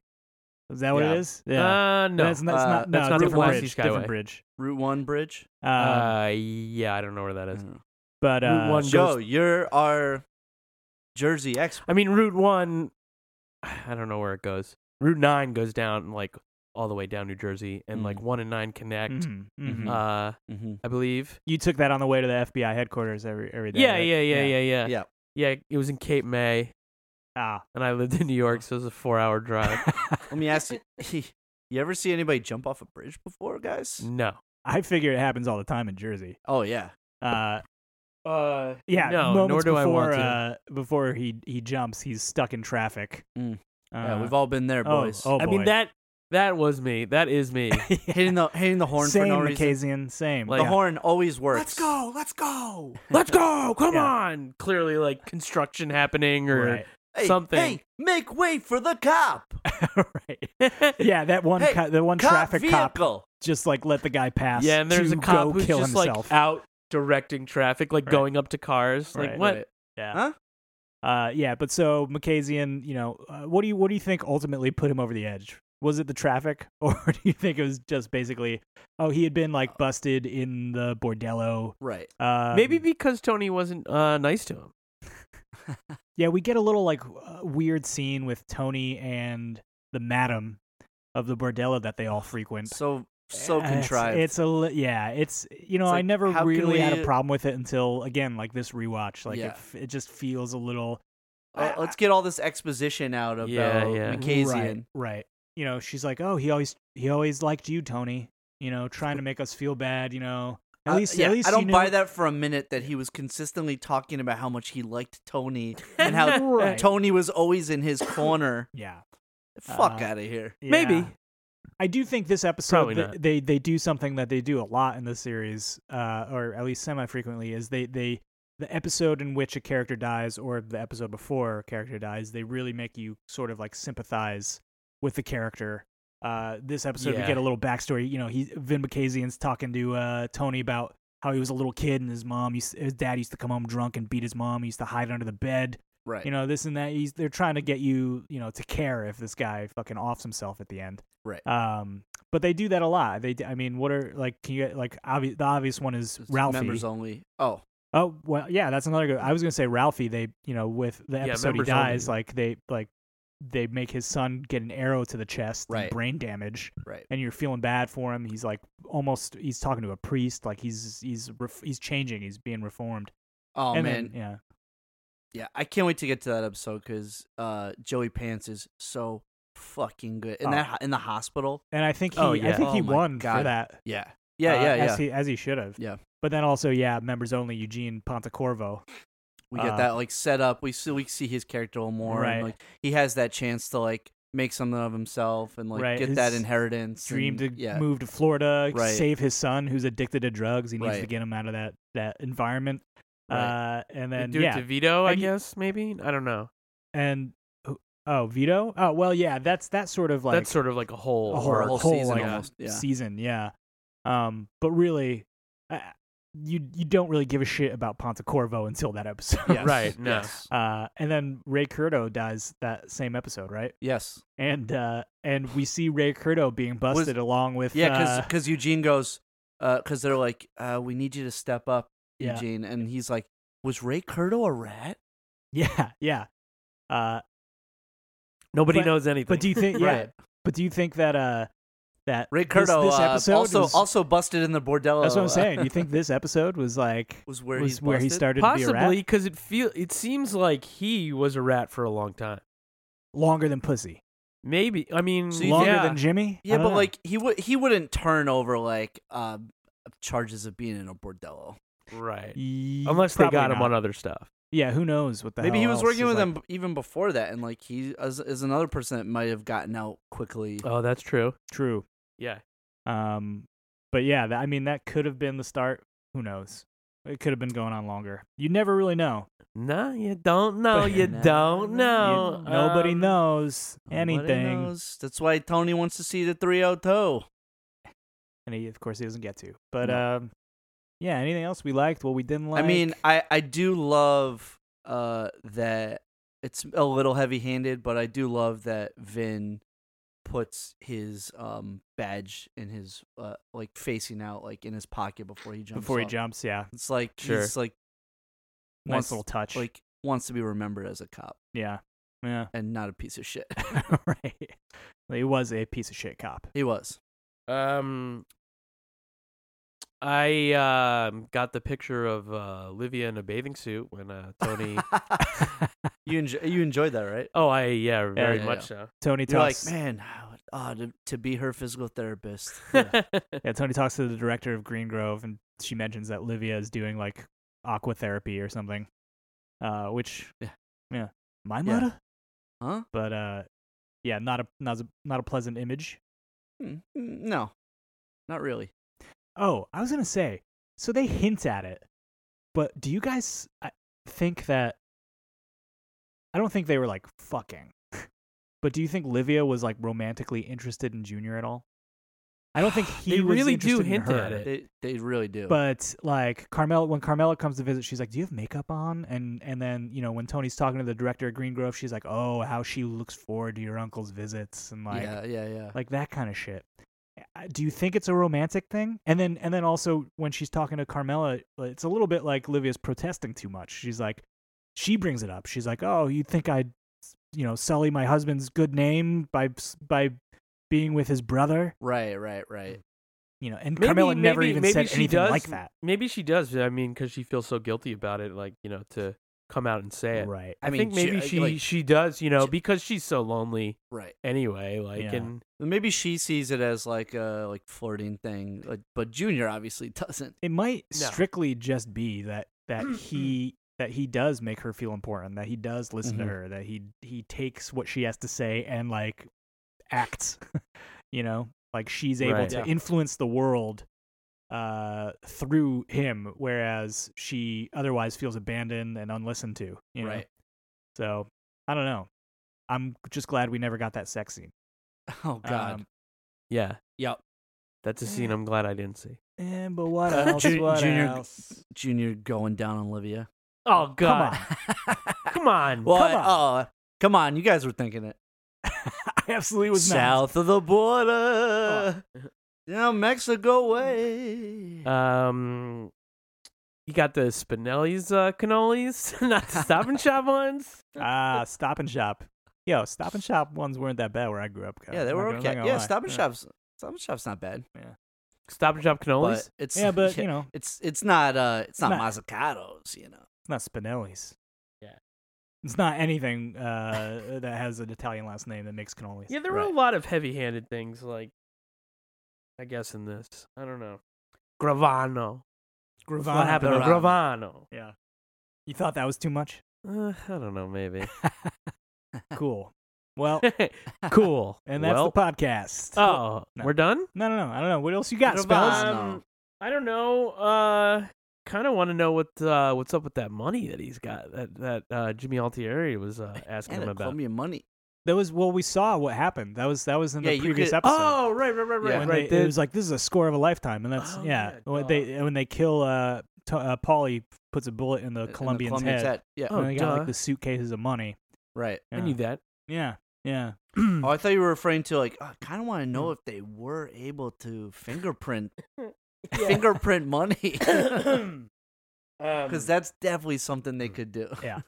Speaker 2: Is that what
Speaker 1: Yeah.
Speaker 2: it is? Yeah.
Speaker 3: Uh, no.
Speaker 2: That's, that's
Speaker 1: Uh,
Speaker 2: not no,
Speaker 3: that's not the
Speaker 2: different
Speaker 3: Pulaski
Speaker 2: bridge,
Speaker 3: Skyway.
Speaker 2: different bridge.
Speaker 1: Route one bridge.
Speaker 2: Um,
Speaker 3: uh. Yeah. I don't know where that
Speaker 1: I
Speaker 3: is.
Speaker 1: don't know.
Speaker 2: But
Speaker 3: Route
Speaker 2: uh,
Speaker 3: one
Speaker 1: Joe, you're our Jersey expert.
Speaker 3: I mean, Route One. I don't know where it goes. Route Nine goes down like all the way down New Jersey, and like
Speaker 2: Mm.
Speaker 1: Mhm.
Speaker 3: One and Nine connect.
Speaker 2: mhm, mhm.
Speaker 1: Mhm.
Speaker 3: Uh,
Speaker 1: Mhm.
Speaker 3: I believe.
Speaker 2: you took that on the way to the FBI headquarters every every day.
Speaker 3: Yeah,
Speaker 2: right?
Speaker 3: yeah, yeah, yeah, yeah,
Speaker 1: Yeah.
Speaker 3: Yeah, it was in Cape May,
Speaker 2: Ah,
Speaker 3: and I lived in New York, so it was a four-hour drive.
Speaker 1: Let me ask you. You ever see anybody jump off a bridge before, guys?
Speaker 3: no.
Speaker 2: I figure it happens all the time in Jersey.
Speaker 1: Oh yeah.
Speaker 2: Uh,
Speaker 3: Uh.
Speaker 2: yeah,
Speaker 3: No.
Speaker 2: moments
Speaker 3: nor do I
Speaker 2: before
Speaker 3: want to.
Speaker 2: uh, before he he jumps, he's stuck in traffic.
Speaker 1: Mm.
Speaker 2: Uh,
Speaker 1: yeah, we've all been there,
Speaker 2: oh,
Speaker 1: boys.
Speaker 2: Oh,
Speaker 3: I mean
Speaker 2: boy.
Speaker 3: that. That was me. That is me.
Speaker 1: Hitting the hitting the horn
Speaker 2: same
Speaker 1: for no reason.
Speaker 2: Macasian, same.
Speaker 3: Like-
Speaker 1: The
Speaker 3: Yeah.
Speaker 1: horn always works.
Speaker 2: let's go.
Speaker 3: Let's go! Come
Speaker 2: Yeah.
Speaker 3: on! Clearly, like construction happening or
Speaker 2: Right,
Speaker 1: Hey,
Speaker 3: something.
Speaker 1: Hey, make way for the cop.
Speaker 2: right. Yeah, that one,
Speaker 1: Hey,
Speaker 2: co- the one
Speaker 1: Cop
Speaker 2: traffic cop
Speaker 1: vehicle.
Speaker 2: just like let the guy pass.
Speaker 3: Yeah, and there's
Speaker 2: to
Speaker 3: a cop
Speaker 2: go
Speaker 3: who's
Speaker 2: kill
Speaker 3: just
Speaker 2: himself.
Speaker 3: like out directing traffic, like
Speaker 2: Right.
Speaker 3: going up to cars. Like
Speaker 2: Right,
Speaker 3: what?
Speaker 1: right.
Speaker 2: Yeah.
Speaker 1: Huh?
Speaker 2: Uh, yeah, but so McKazian, you know, uh, what do you what do you think ultimately put him over the edge? Was it the traffic, or do you think it was just basically, oh, he had been
Speaker 1: Uh,
Speaker 2: like busted in the bordello?
Speaker 1: Right.
Speaker 2: Uh,
Speaker 3: Maybe because Tony wasn't uh, nice to him.
Speaker 2: yeah, we get a little like uh, weird scene with Tony and the madam of the bordello that they all frequent.
Speaker 1: So so
Speaker 2: Uh, it's-
Speaker 1: contrived.
Speaker 2: It's, a li- yeah. It's you know
Speaker 1: It's
Speaker 2: I
Speaker 1: like,
Speaker 2: never
Speaker 1: how can
Speaker 2: really had a
Speaker 1: we-
Speaker 2: problem with it until again like this rewatch. Like it
Speaker 1: Yeah.
Speaker 2: f it just feels a little
Speaker 1: Uh, let's get all this exposition out about
Speaker 3: Yeah, yeah.
Speaker 1: Macasian.
Speaker 2: Right, right. You know, she's like, "Oh, he always he always liked you, Tony." You know, trying to make us feel bad. You know, at
Speaker 1: Uh,
Speaker 2: least
Speaker 1: yeah,
Speaker 2: at least
Speaker 1: I
Speaker 2: you
Speaker 1: don't buy
Speaker 2: knew-
Speaker 1: that for a minute that he was consistently talking about how much he liked Tony and how
Speaker 2: Right.
Speaker 1: Tony was always in his corner.
Speaker 2: Yeah,
Speaker 1: Fuck
Speaker 2: Uh,
Speaker 1: out of here.
Speaker 3: Maybe.
Speaker 2: yeah. I do think this
Speaker 3: Probably
Speaker 2: episode th-
Speaker 3: not.
Speaker 2: they, they do something that they do a lot in the series, uh, or at least semi frequently, is they they the episode in which a character dies or the episode before a character dies, they really make you sort of like sympathize with the character. Uh, this episode we
Speaker 3: Yeah.
Speaker 2: get a little backstory. You know, he Vin Bacasian's talking to uh, Tony about how he was a little kid and his mom, used, his dad used to come home drunk and beat his mom. He used to hide under the bed
Speaker 1: Right.
Speaker 2: you know this and that he's they're trying to get you you know to care if this guy fucking offs himself at the end
Speaker 1: Right.
Speaker 2: um but they do that a lot they d- i mean what are like can you get like obvi- the obvious one is
Speaker 1: It's
Speaker 2: ralphie
Speaker 1: Members only. Oh,
Speaker 2: oh well yeah that's another good i was gonna say ralphie they you know with the
Speaker 3: Yeah,
Speaker 2: episode he
Speaker 3: members
Speaker 2: dies
Speaker 3: only.
Speaker 2: like they like they make his son get an arrow to the chest, and
Speaker 1: Right.
Speaker 2: brain damage,
Speaker 1: Right.
Speaker 2: and you're feeling bad for him. He's like almost he's talking to a priest, like he's he's ref- he's changing, he's being reformed.
Speaker 1: Oh
Speaker 2: and
Speaker 1: man,
Speaker 2: then, yeah,
Speaker 1: yeah, I can't wait to get to that episode because uh, Joey Pants is so fucking good in
Speaker 2: Oh.
Speaker 1: that in the hospital.
Speaker 2: and I think he
Speaker 3: Oh,
Speaker 2: I
Speaker 3: yeah.
Speaker 2: think he
Speaker 1: Oh, my
Speaker 2: won for
Speaker 1: God.
Speaker 2: that.
Speaker 1: Yeah, yeah,
Speaker 2: uh,
Speaker 1: yeah, yeah.
Speaker 2: As he, as he should have.
Speaker 1: Yeah.
Speaker 2: But then also, yeah, members only Eugene Pontecorvo.
Speaker 1: we get
Speaker 2: uh,
Speaker 1: that like set up. We see we see his character a little more.
Speaker 2: Right.
Speaker 1: And, like he has that chance to like make something of himself and like
Speaker 2: Right,
Speaker 1: get that
Speaker 2: his
Speaker 1: inheritance.
Speaker 2: Dream to
Speaker 1: and- yeah.
Speaker 2: move to Florida,
Speaker 1: Right.
Speaker 2: save his son who's addicted to drugs. He needs to
Speaker 1: Right.
Speaker 2: get him out of that that environment.
Speaker 1: Right.
Speaker 2: Uh, and
Speaker 3: They
Speaker 2: then
Speaker 3: do
Speaker 2: yeah,
Speaker 3: it to Vito, I
Speaker 2: And you-
Speaker 3: guess maybe. I don't know.
Speaker 2: and who- oh Vito. Oh well, yeah, that's that sort of like
Speaker 3: That's sort of like a whole
Speaker 2: a whole,
Speaker 1: or
Speaker 3: arc.
Speaker 1: a whole
Speaker 2: whole,
Speaker 1: season
Speaker 2: like,
Speaker 1: almost, yeah.
Speaker 2: season, yeah. Um, but really, uh, you you don't really give a shit about Pontecorvo until that episode,
Speaker 1: Yes,
Speaker 3: Right, no.
Speaker 1: Yes.
Speaker 2: Uh, and then Ray Curto dies that same episode, right?
Speaker 1: yes.
Speaker 2: and uh and we see Ray Curto being busted along with
Speaker 1: Yeah, because
Speaker 2: uh,
Speaker 1: Eugene goes, because they're like, uh, we need you to step up,
Speaker 2: Yeah.
Speaker 1: Eugene, and he's like, was Ray Curto a rat?
Speaker 2: yeah yeah uh
Speaker 3: Nobody
Speaker 2: But-
Speaker 3: knows anything.
Speaker 2: but do you think yeah
Speaker 1: Right.
Speaker 2: but do you think that uh that
Speaker 1: Ray
Speaker 2: this,
Speaker 1: Curto
Speaker 2: this
Speaker 1: uh,
Speaker 2: episode
Speaker 1: also
Speaker 2: was,
Speaker 1: also busted in the bordello.
Speaker 2: that's what I'm
Speaker 1: uh,
Speaker 2: saying do you think this episode was like
Speaker 1: was where
Speaker 2: was
Speaker 1: he's
Speaker 2: where he
Speaker 1: busted?
Speaker 2: started to be a
Speaker 3: Possibly
Speaker 2: rat
Speaker 3: because it feel it seems like he was a rat for a long time.
Speaker 2: longer than pussy
Speaker 3: Maybe I mean
Speaker 1: So you
Speaker 2: longer
Speaker 3: yeah.
Speaker 2: than Jimmy I
Speaker 1: Yeah,
Speaker 2: don't
Speaker 1: but
Speaker 2: know.
Speaker 1: like he would he wouldn't turn over like uh, charges of being in a bordello.
Speaker 3: right.
Speaker 2: Y-
Speaker 3: Unless they
Speaker 2: probably
Speaker 3: got him
Speaker 2: not.
Speaker 3: on other stuff.
Speaker 2: yeah who knows what the
Speaker 1: Maybe he
Speaker 2: hell
Speaker 1: was
Speaker 2: else
Speaker 1: working
Speaker 2: is,
Speaker 1: with them
Speaker 2: like-
Speaker 1: b- even before that, and like he is, is another person that might have gotten out quickly.
Speaker 2: Uh,
Speaker 3: Oh, that's true.
Speaker 2: true
Speaker 3: Yeah.
Speaker 2: um but yeah that, I mean that could have been the start who knows it could have been going on longer you never really know
Speaker 3: No, you don't know.
Speaker 1: But-
Speaker 3: You
Speaker 1: No,
Speaker 3: don't
Speaker 1: no,
Speaker 3: know.
Speaker 2: You- nobody
Speaker 3: Um,
Speaker 2: knows
Speaker 1: Oh, Nobody
Speaker 2: anything,
Speaker 1: knows. That's why Tony wants to see the 302.
Speaker 2: and he of course he doesn't get to. But
Speaker 1: No.
Speaker 2: um, yeah, anything else we liked? Well, we didn't like.
Speaker 1: I mean, I I do love uh that it's a little heavy-handed, but I do love that Vin puts his um badge in his uh like facing out like in his pocket before he jumps
Speaker 2: before he
Speaker 1: off.
Speaker 2: jumps, yeah,
Speaker 1: It's like
Speaker 3: Sure.
Speaker 1: he's like
Speaker 2: nice
Speaker 1: Once,
Speaker 2: little touch.
Speaker 1: like wants to be remembered as a cop
Speaker 2: yeah, yeah,
Speaker 1: and not a piece of shit.
Speaker 2: right. He was a piece of shit cop.
Speaker 1: he was.
Speaker 3: Um, I um got the picture of uh, Livia in a bathing suit when uh, Tony.
Speaker 1: you enjoy, you enjoyed that, right?
Speaker 3: oh, I yeah, very
Speaker 1: yeah,
Speaker 3: much so.
Speaker 2: Tony
Speaker 1: You're like,
Speaker 2: talks.
Speaker 1: man, I would- ah, to, to be her physical therapist. Yeah.
Speaker 2: yeah, Tony talks to the director of Green Grove, and she mentions that Livia is doing like aqua therapy or something, uh, which
Speaker 1: Yeah.
Speaker 2: yeah, my
Speaker 1: Yeah.
Speaker 2: mother.
Speaker 1: huh?
Speaker 2: But uh, yeah, not a not a not a pleasant image.
Speaker 1: Hmm, No, not really.
Speaker 2: Oh, I was gonna say. So they hint at it, but do you guys I think that? I don't think they were like fucking, but do you think Livia was like romantically interested in Junior at all? I don't think he
Speaker 3: They
Speaker 2: was
Speaker 3: really do
Speaker 2: interested in
Speaker 3: hint at
Speaker 2: her,
Speaker 3: it.
Speaker 1: They they really do.
Speaker 2: But like Carmela, when Carmela comes to visit, she's like, "Do you have makeup on?" And and then you know when Tony's talking to the director of Green Grove, she's like, "Oh, how she looks forward to your uncle's visits," and like
Speaker 1: yeah, yeah, yeah.
Speaker 2: like that kind of shit. Uh, Do you think it's a romantic thing? And then and then also when she's talking to Carmela, uh, it's a little bit like Livia's protesting too much. She's like, she brings it up. She's like, oh, you think I'd, you know, sully my husband's good name by by being with his brother,
Speaker 1: right, right, right.
Speaker 2: Mm. you know? And
Speaker 3: Maybe-
Speaker 2: Carmela never
Speaker 3: maybe-
Speaker 2: even
Speaker 3: maybe
Speaker 2: said
Speaker 3: she
Speaker 2: anything
Speaker 3: does,
Speaker 2: like that.
Speaker 3: Maybe she does. I mean, because she feels so guilty about it, like you know, to come out and say it.
Speaker 2: Right.
Speaker 3: I,
Speaker 1: I mean,
Speaker 3: think
Speaker 1: she-
Speaker 3: maybe
Speaker 2: uh,
Speaker 1: I-
Speaker 3: she
Speaker 1: like-
Speaker 3: she does, you know,
Speaker 1: she-
Speaker 3: because she's so lonely
Speaker 1: Right.
Speaker 3: anyway. Like,
Speaker 2: Yeah.
Speaker 3: and
Speaker 1: Maybe she sees it as like a like flirting thing, like, but Junior obviously doesn't.
Speaker 2: It might
Speaker 3: No.
Speaker 2: strictly just be that that he that he does make her feel important, that he does listen
Speaker 1: Mhm.
Speaker 2: to her, that he he takes what she has to say and like acts, you know, like she's able
Speaker 3: Right.
Speaker 2: to
Speaker 3: Yeah.
Speaker 2: influence the world uh through him whereas she otherwise feels abandoned and unlistened to, you know.
Speaker 1: Right.
Speaker 2: So, I don't know. I'm just glad we never got that sex scene.
Speaker 1: Oh God.
Speaker 2: Um,
Speaker 3: yeah,
Speaker 1: yep.
Speaker 3: that's a scene I'm glad I didn't see.
Speaker 2: eh, but what
Speaker 1: Uh,
Speaker 2: else?
Speaker 1: Ju-
Speaker 2: what
Speaker 1: Junior-
Speaker 2: else?
Speaker 1: Junior going down on Olivia.
Speaker 3: Oh
Speaker 2: God.
Speaker 3: come on,
Speaker 1: Well,
Speaker 2: Come
Speaker 1: I- oh, come on. You guys were thinking it.
Speaker 2: I absolutely was not. Oh.
Speaker 1: South of the border. Down Mexico way.
Speaker 2: Uh,
Speaker 3: Um, you got the Spinelli's uh, cannolis, not the Stop and Shop ones.
Speaker 2: Ah, Stop and Shop. Yo, Stop and Shop ones weren't that bad where I grew up. guys.
Speaker 1: yeah, they
Speaker 2: I'm not
Speaker 1: were
Speaker 2: gonna- I'm not
Speaker 1: okay.
Speaker 2: gonna
Speaker 1: Yeah,
Speaker 2: lie.
Speaker 1: Stop and Shop's Stop and Shop's not bad.
Speaker 3: Stop and shop cannolis.
Speaker 1: But it's
Speaker 2: Yeah, but you know,
Speaker 1: it's it's not uh it's not
Speaker 2: Nah.
Speaker 1: Mazzucato's, you know.
Speaker 2: it's not Spinelli's.
Speaker 3: Yeah.
Speaker 2: it's not anything uh, that has an Italian last name that makes cannolis.
Speaker 3: yeah, there were
Speaker 1: right.
Speaker 3: a lot of heavy-handed things like, I guess in this, I don't know, Gravano.
Speaker 2: Gravano.
Speaker 3: What happened to Gravano?
Speaker 2: Yeah, you thought that was too much?
Speaker 3: Uh, I don't know, maybe.
Speaker 2: Cool. Well,
Speaker 3: cool.
Speaker 2: and that's
Speaker 3: Well-
Speaker 2: the podcast.
Speaker 3: Oh,
Speaker 2: No.
Speaker 3: we're done.
Speaker 2: no, no, no. I don't know. What else you got?
Speaker 3: Um,
Speaker 2: Spells?
Speaker 1: No.
Speaker 3: I don't know. Uh, kind of want to know what uh, what's up with that money that he's got that that uh, Jimmy Altieri was uh, asking
Speaker 1: And
Speaker 3: him
Speaker 1: a
Speaker 3: about.
Speaker 1: Colombian money.
Speaker 2: That was well. We saw what happened. That was that was in
Speaker 1: Yeah,
Speaker 2: the
Speaker 1: you
Speaker 2: previous
Speaker 1: could-
Speaker 2: episode.
Speaker 3: Oh, right, right, right, right,
Speaker 1: Yeah.
Speaker 2: when
Speaker 3: right.
Speaker 2: they-
Speaker 3: The-
Speaker 2: it was like this is a score of a lifetime, and that's
Speaker 3: Oh,
Speaker 2: yeah.
Speaker 3: yeah,
Speaker 2: when they when they kill uh, t- uh Polly puts a bullet in the
Speaker 1: in the
Speaker 2: Colombian's
Speaker 1: Colombian's
Speaker 2: head.
Speaker 1: Yeah.
Speaker 3: Oh,
Speaker 2: and they got
Speaker 3: duh.
Speaker 2: like the suitcases of money.
Speaker 1: Right.
Speaker 2: Yeah.
Speaker 3: I knew that.
Speaker 2: Yeah, yeah.
Speaker 1: Oh, I thought you were referring to like. I kind of want to know
Speaker 3: Mm.
Speaker 1: if they were able to fingerprint fingerprint money
Speaker 3: Um,
Speaker 1: because
Speaker 3: Because
Speaker 1: that's definitely something
Speaker 3: mm,
Speaker 1: they could do.
Speaker 2: Yeah.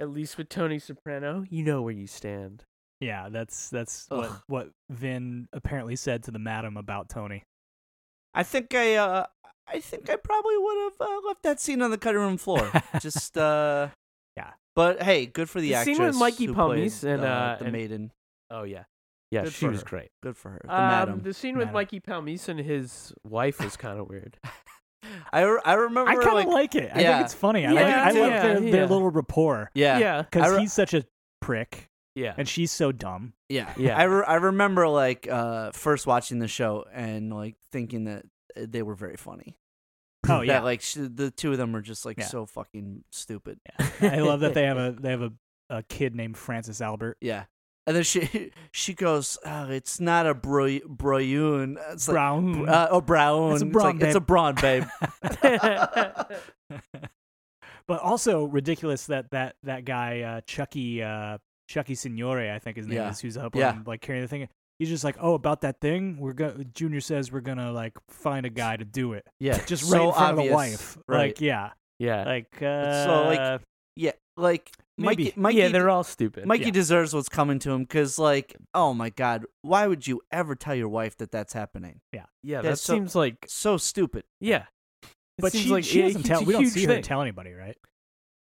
Speaker 3: at least with Tony Soprano, you know where you stand.
Speaker 2: Yeah, that's that's
Speaker 1: Ugh.
Speaker 2: what what Vin apparently said to the madam about Tony.
Speaker 1: I think I. Uh, I think I probably would have uh, left that scene on the cutting room floor. Just. uh
Speaker 2: Yeah.
Speaker 1: But hey, good for the,
Speaker 3: The
Speaker 1: actress.
Speaker 3: scene with Mikey
Speaker 1: who
Speaker 3: Pommies
Speaker 1: played,
Speaker 3: and, uh,
Speaker 1: the
Speaker 3: and-
Speaker 1: maiden.
Speaker 3: Oh yeah, yeah,
Speaker 1: Good
Speaker 3: she
Speaker 1: for
Speaker 3: was
Speaker 1: her.
Speaker 3: great.
Speaker 1: Good for her. The
Speaker 3: Um,
Speaker 1: madam.
Speaker 3: the scene with
Speaker 2: Madam.
Speaker 3: Mikey Palmise and his wife was kind of weird.
Speaker 1: I, re- I remember.
Speaker 2: I kind of
Speaker 1: like,
Speaker 2: like, it. I
Speaker 1: yeah.
Speaker 2: think it's funny. I
Speaker 3: Yeah,
Speaker 2: like I love
Speaker 3: yeah,
Speaker 2: their,
Speaker 3: yeah.
Speaker 2: their little rapport
Speaker 1: Yeah.
Speaker 3: yeah,
Speaker 2: because
Speaker 1: I re-
Speaker 2: he's such a prick
Speaker 3: yeah.
Speaker 2: and she's so dumb.
Speaker 1: Yeah.
Speaker 3: Yeah.
Speaker 1: I, re- I remember like uh first watching the show and like thinking that uh, they were very funny.
Speaker 2: Oh yeah,
Speaker 1: That like sh- the two of them were just like
Speaker 2: Yeah.
Speaker 1: so fucking stupid.
Speaker 2: I love that they have a they have a, a kid named Francis Albert.
Speaker 1: Yeah. And then she she goes, oh, it's not a bro broyun. It's like
Speaker 2: Brown.
Speaker 1: br- uh, oh brown.
Speaker 2: It's a
Speaker 1: like,
Speaker 2: brawn,
Speaker 1: It's
Speaker 2: babe."
Speaker 1: a brawn, babe.
Speaker 2: but also ridiculous that that that guy uh, Chucky uh, Chucky Signore, I think his name
Speaker 1: Yeah.
Speaker 2: is, who's up
Speaker 1: Yeah.
Speaker 2: on like carrying the thing. He's just like, oh, about that thing. We're gonna Junior says we're gonna like find a guy to do it.
Speaker 1: yeah.
Speaker 2: Just
Speaker 1: so
Speaker 2: right in front
Speaker 1: obvious.
Speaker 2: of the wife.
Speaker 1: Right.
Speaker 2: Like yeah.
Speaker 3: yeah.
Speaker 2: Like uh,
Speaker 1: so, like, yeah. Like Mikey
Speaker 2: Maybe.
Speaker 1: Mikey
Speaker 3: yeah, they're all stupid.
Speaker 1: Mikey
Speaker 2: yeah.
Speaker 1: deserves what's coming to him because, like, oh my God, why would you ever tell your wife that that's happening?
Speaker 3: yeah,
Speaker 1: they're
Speaker 3: that
Speaker 1: so-
Speaker 3: seems like
Speaker 1: So stupid.
Speaker 3: yeah. It
Speaker 2: but
Speaker 3: seems
Speaker 2: she,
Speaker 3: like
Speaker 2: she
Speaker 3: a
Speaker 2: doesn't
Speaker 3: hu-
Speaker 2: tell.
Speaker 3: it's a
Speaker 2: We don't
Speaker 3: huge
Speaker 2: see her
Speaker 3: thing.
Speaker 2: tell anybody, right?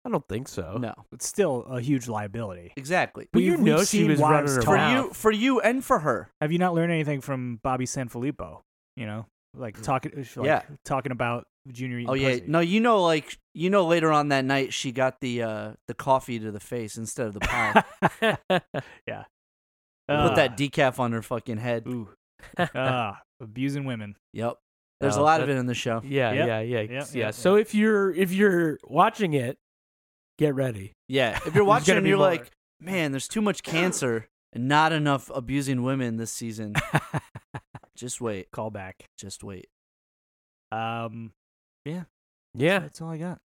Speaker 3: I don't think so.
Speaker 1: No,
Speaker 2: It's still a huge liability.
Speaker 1: exactly.
Speaker 3: But you
Speaker 2: We've-
Speaker 3: know
Speaker 2: we've
Speaker 3: she
Speaker 2: seen
Speaker 3: was
Speaker 2: wives
Speaker 3: running
Speaker 2: tell-
Speaker 1: for
Speaker 3: around.
Speaker 1: you for you and for her
Speaker 2: Have you not learned anything from Bobby Sanfilippo? You know,
Speaker 3: Mm.
Speaker 2: like talking, like,
Speaker 1: Yeah.
Speaker 2: talking about Junior. eating
Speaker 1: oh yeah
Speaker 2: pussy.
Speaker 1: no you know like you know later on that night she got the uh the coffee to the face instead of the pie
Speaker 2: Uh,
Speaker 1: put that decaf on her fucking head
Speaker 2: Ooh. uh, abusing women.
Speaker 1: yep there's a
Speaker 3: Oh,
Speaker 1: lot of
Speaker 3: that-
Speaker 1: it in the show
Speaker 3: yeah,
Speaker 2: Yep.
Speaker 3: yeah, yeah, yeah,
Speaker 2: Yep, yep,
Speaker 3: So
Speaker 2: yep.
Speaker 3: if you're if you're watching it, get ready.
Speaker 1: yeah if you're
Speaker 3: There's
Speaker 1: watching
Speaker 3: gonna
Speaker 1: and
Speaker 3: be
Speaker 1: you're
Speaker 3: more.
Speaker 1: like man there's too much cancer and not enough abusing women this season just wait
Speaker 2: Call back.
Speaker 1: just wait
Speaker 2: Um,
Speaker 3: Yeah.
Speaker 2: that's all I got.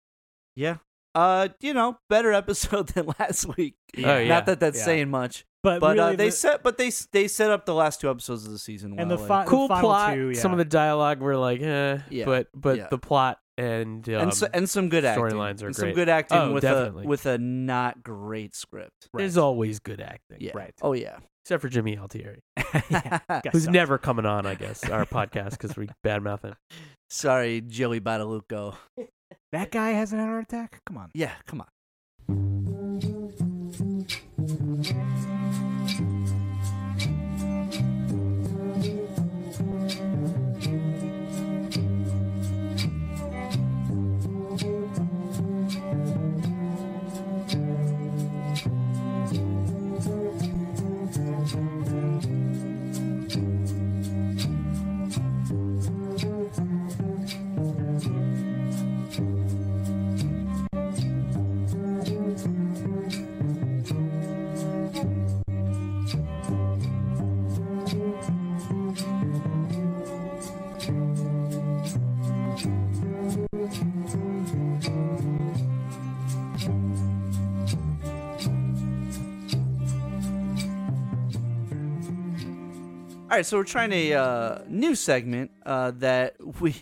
Speaker 1: yeah uh you know better episode than last week
Speaker 3: Yeah. Oh, yeah.
Speaker 1: not that that's
Speaker 2: Yeah.
Speaker 1: saying much
Speaker 2: But,
Speaker 1: but
Speaker 2: really
Speaker 1: uh, they
Speaker 2: the-
Speaker 1: set but they s- they set up the last two episodes of the season
Speaker 2: and
Speaker 1: well,
Speaker 2: the,
Speaker 1: like-
Speaker 2: fi- the
Speaker 3: Cool
Speaker 2: final
Speaker 3: plot.
Speaker 2: two, yeah.
Speaker 3: Some of the dialogue were like, eh,
Speaker 1: Yeah,
Speaker 3: but but
Speaker 1: yeah.
Speaker 3: the plot and um,
Speaker 1: and, so, and some good acting.
Speaker 3: storylines are
Speaker 1: and Some
Speaker 3: great.
Speaker 1: good acting
Speaker 3: Oh,
Speaker 1: with
Speaker 3: definitely.
Speaker 1: a with a not great script.
Speaker 3: there's always good acting.
Speaker 1: Yeah.
Speaker 2: Right.
Speaker 1: Oh yeah.
Speaker 3: Except for Jimmy Altieri,
Speaker 2: Guy
Speaker 3: who's
Speaker 2: sucks.
Speaker 3: never coming on, I guess, our podcast because we badmouth him.
Speaker 1: Sorry, Joey Badalucco.
Speaker 2: that guy has an heart attack. Come on.
Speaker 1: Yeah, come on. All right, so we're trying a uh, new segment uh, that we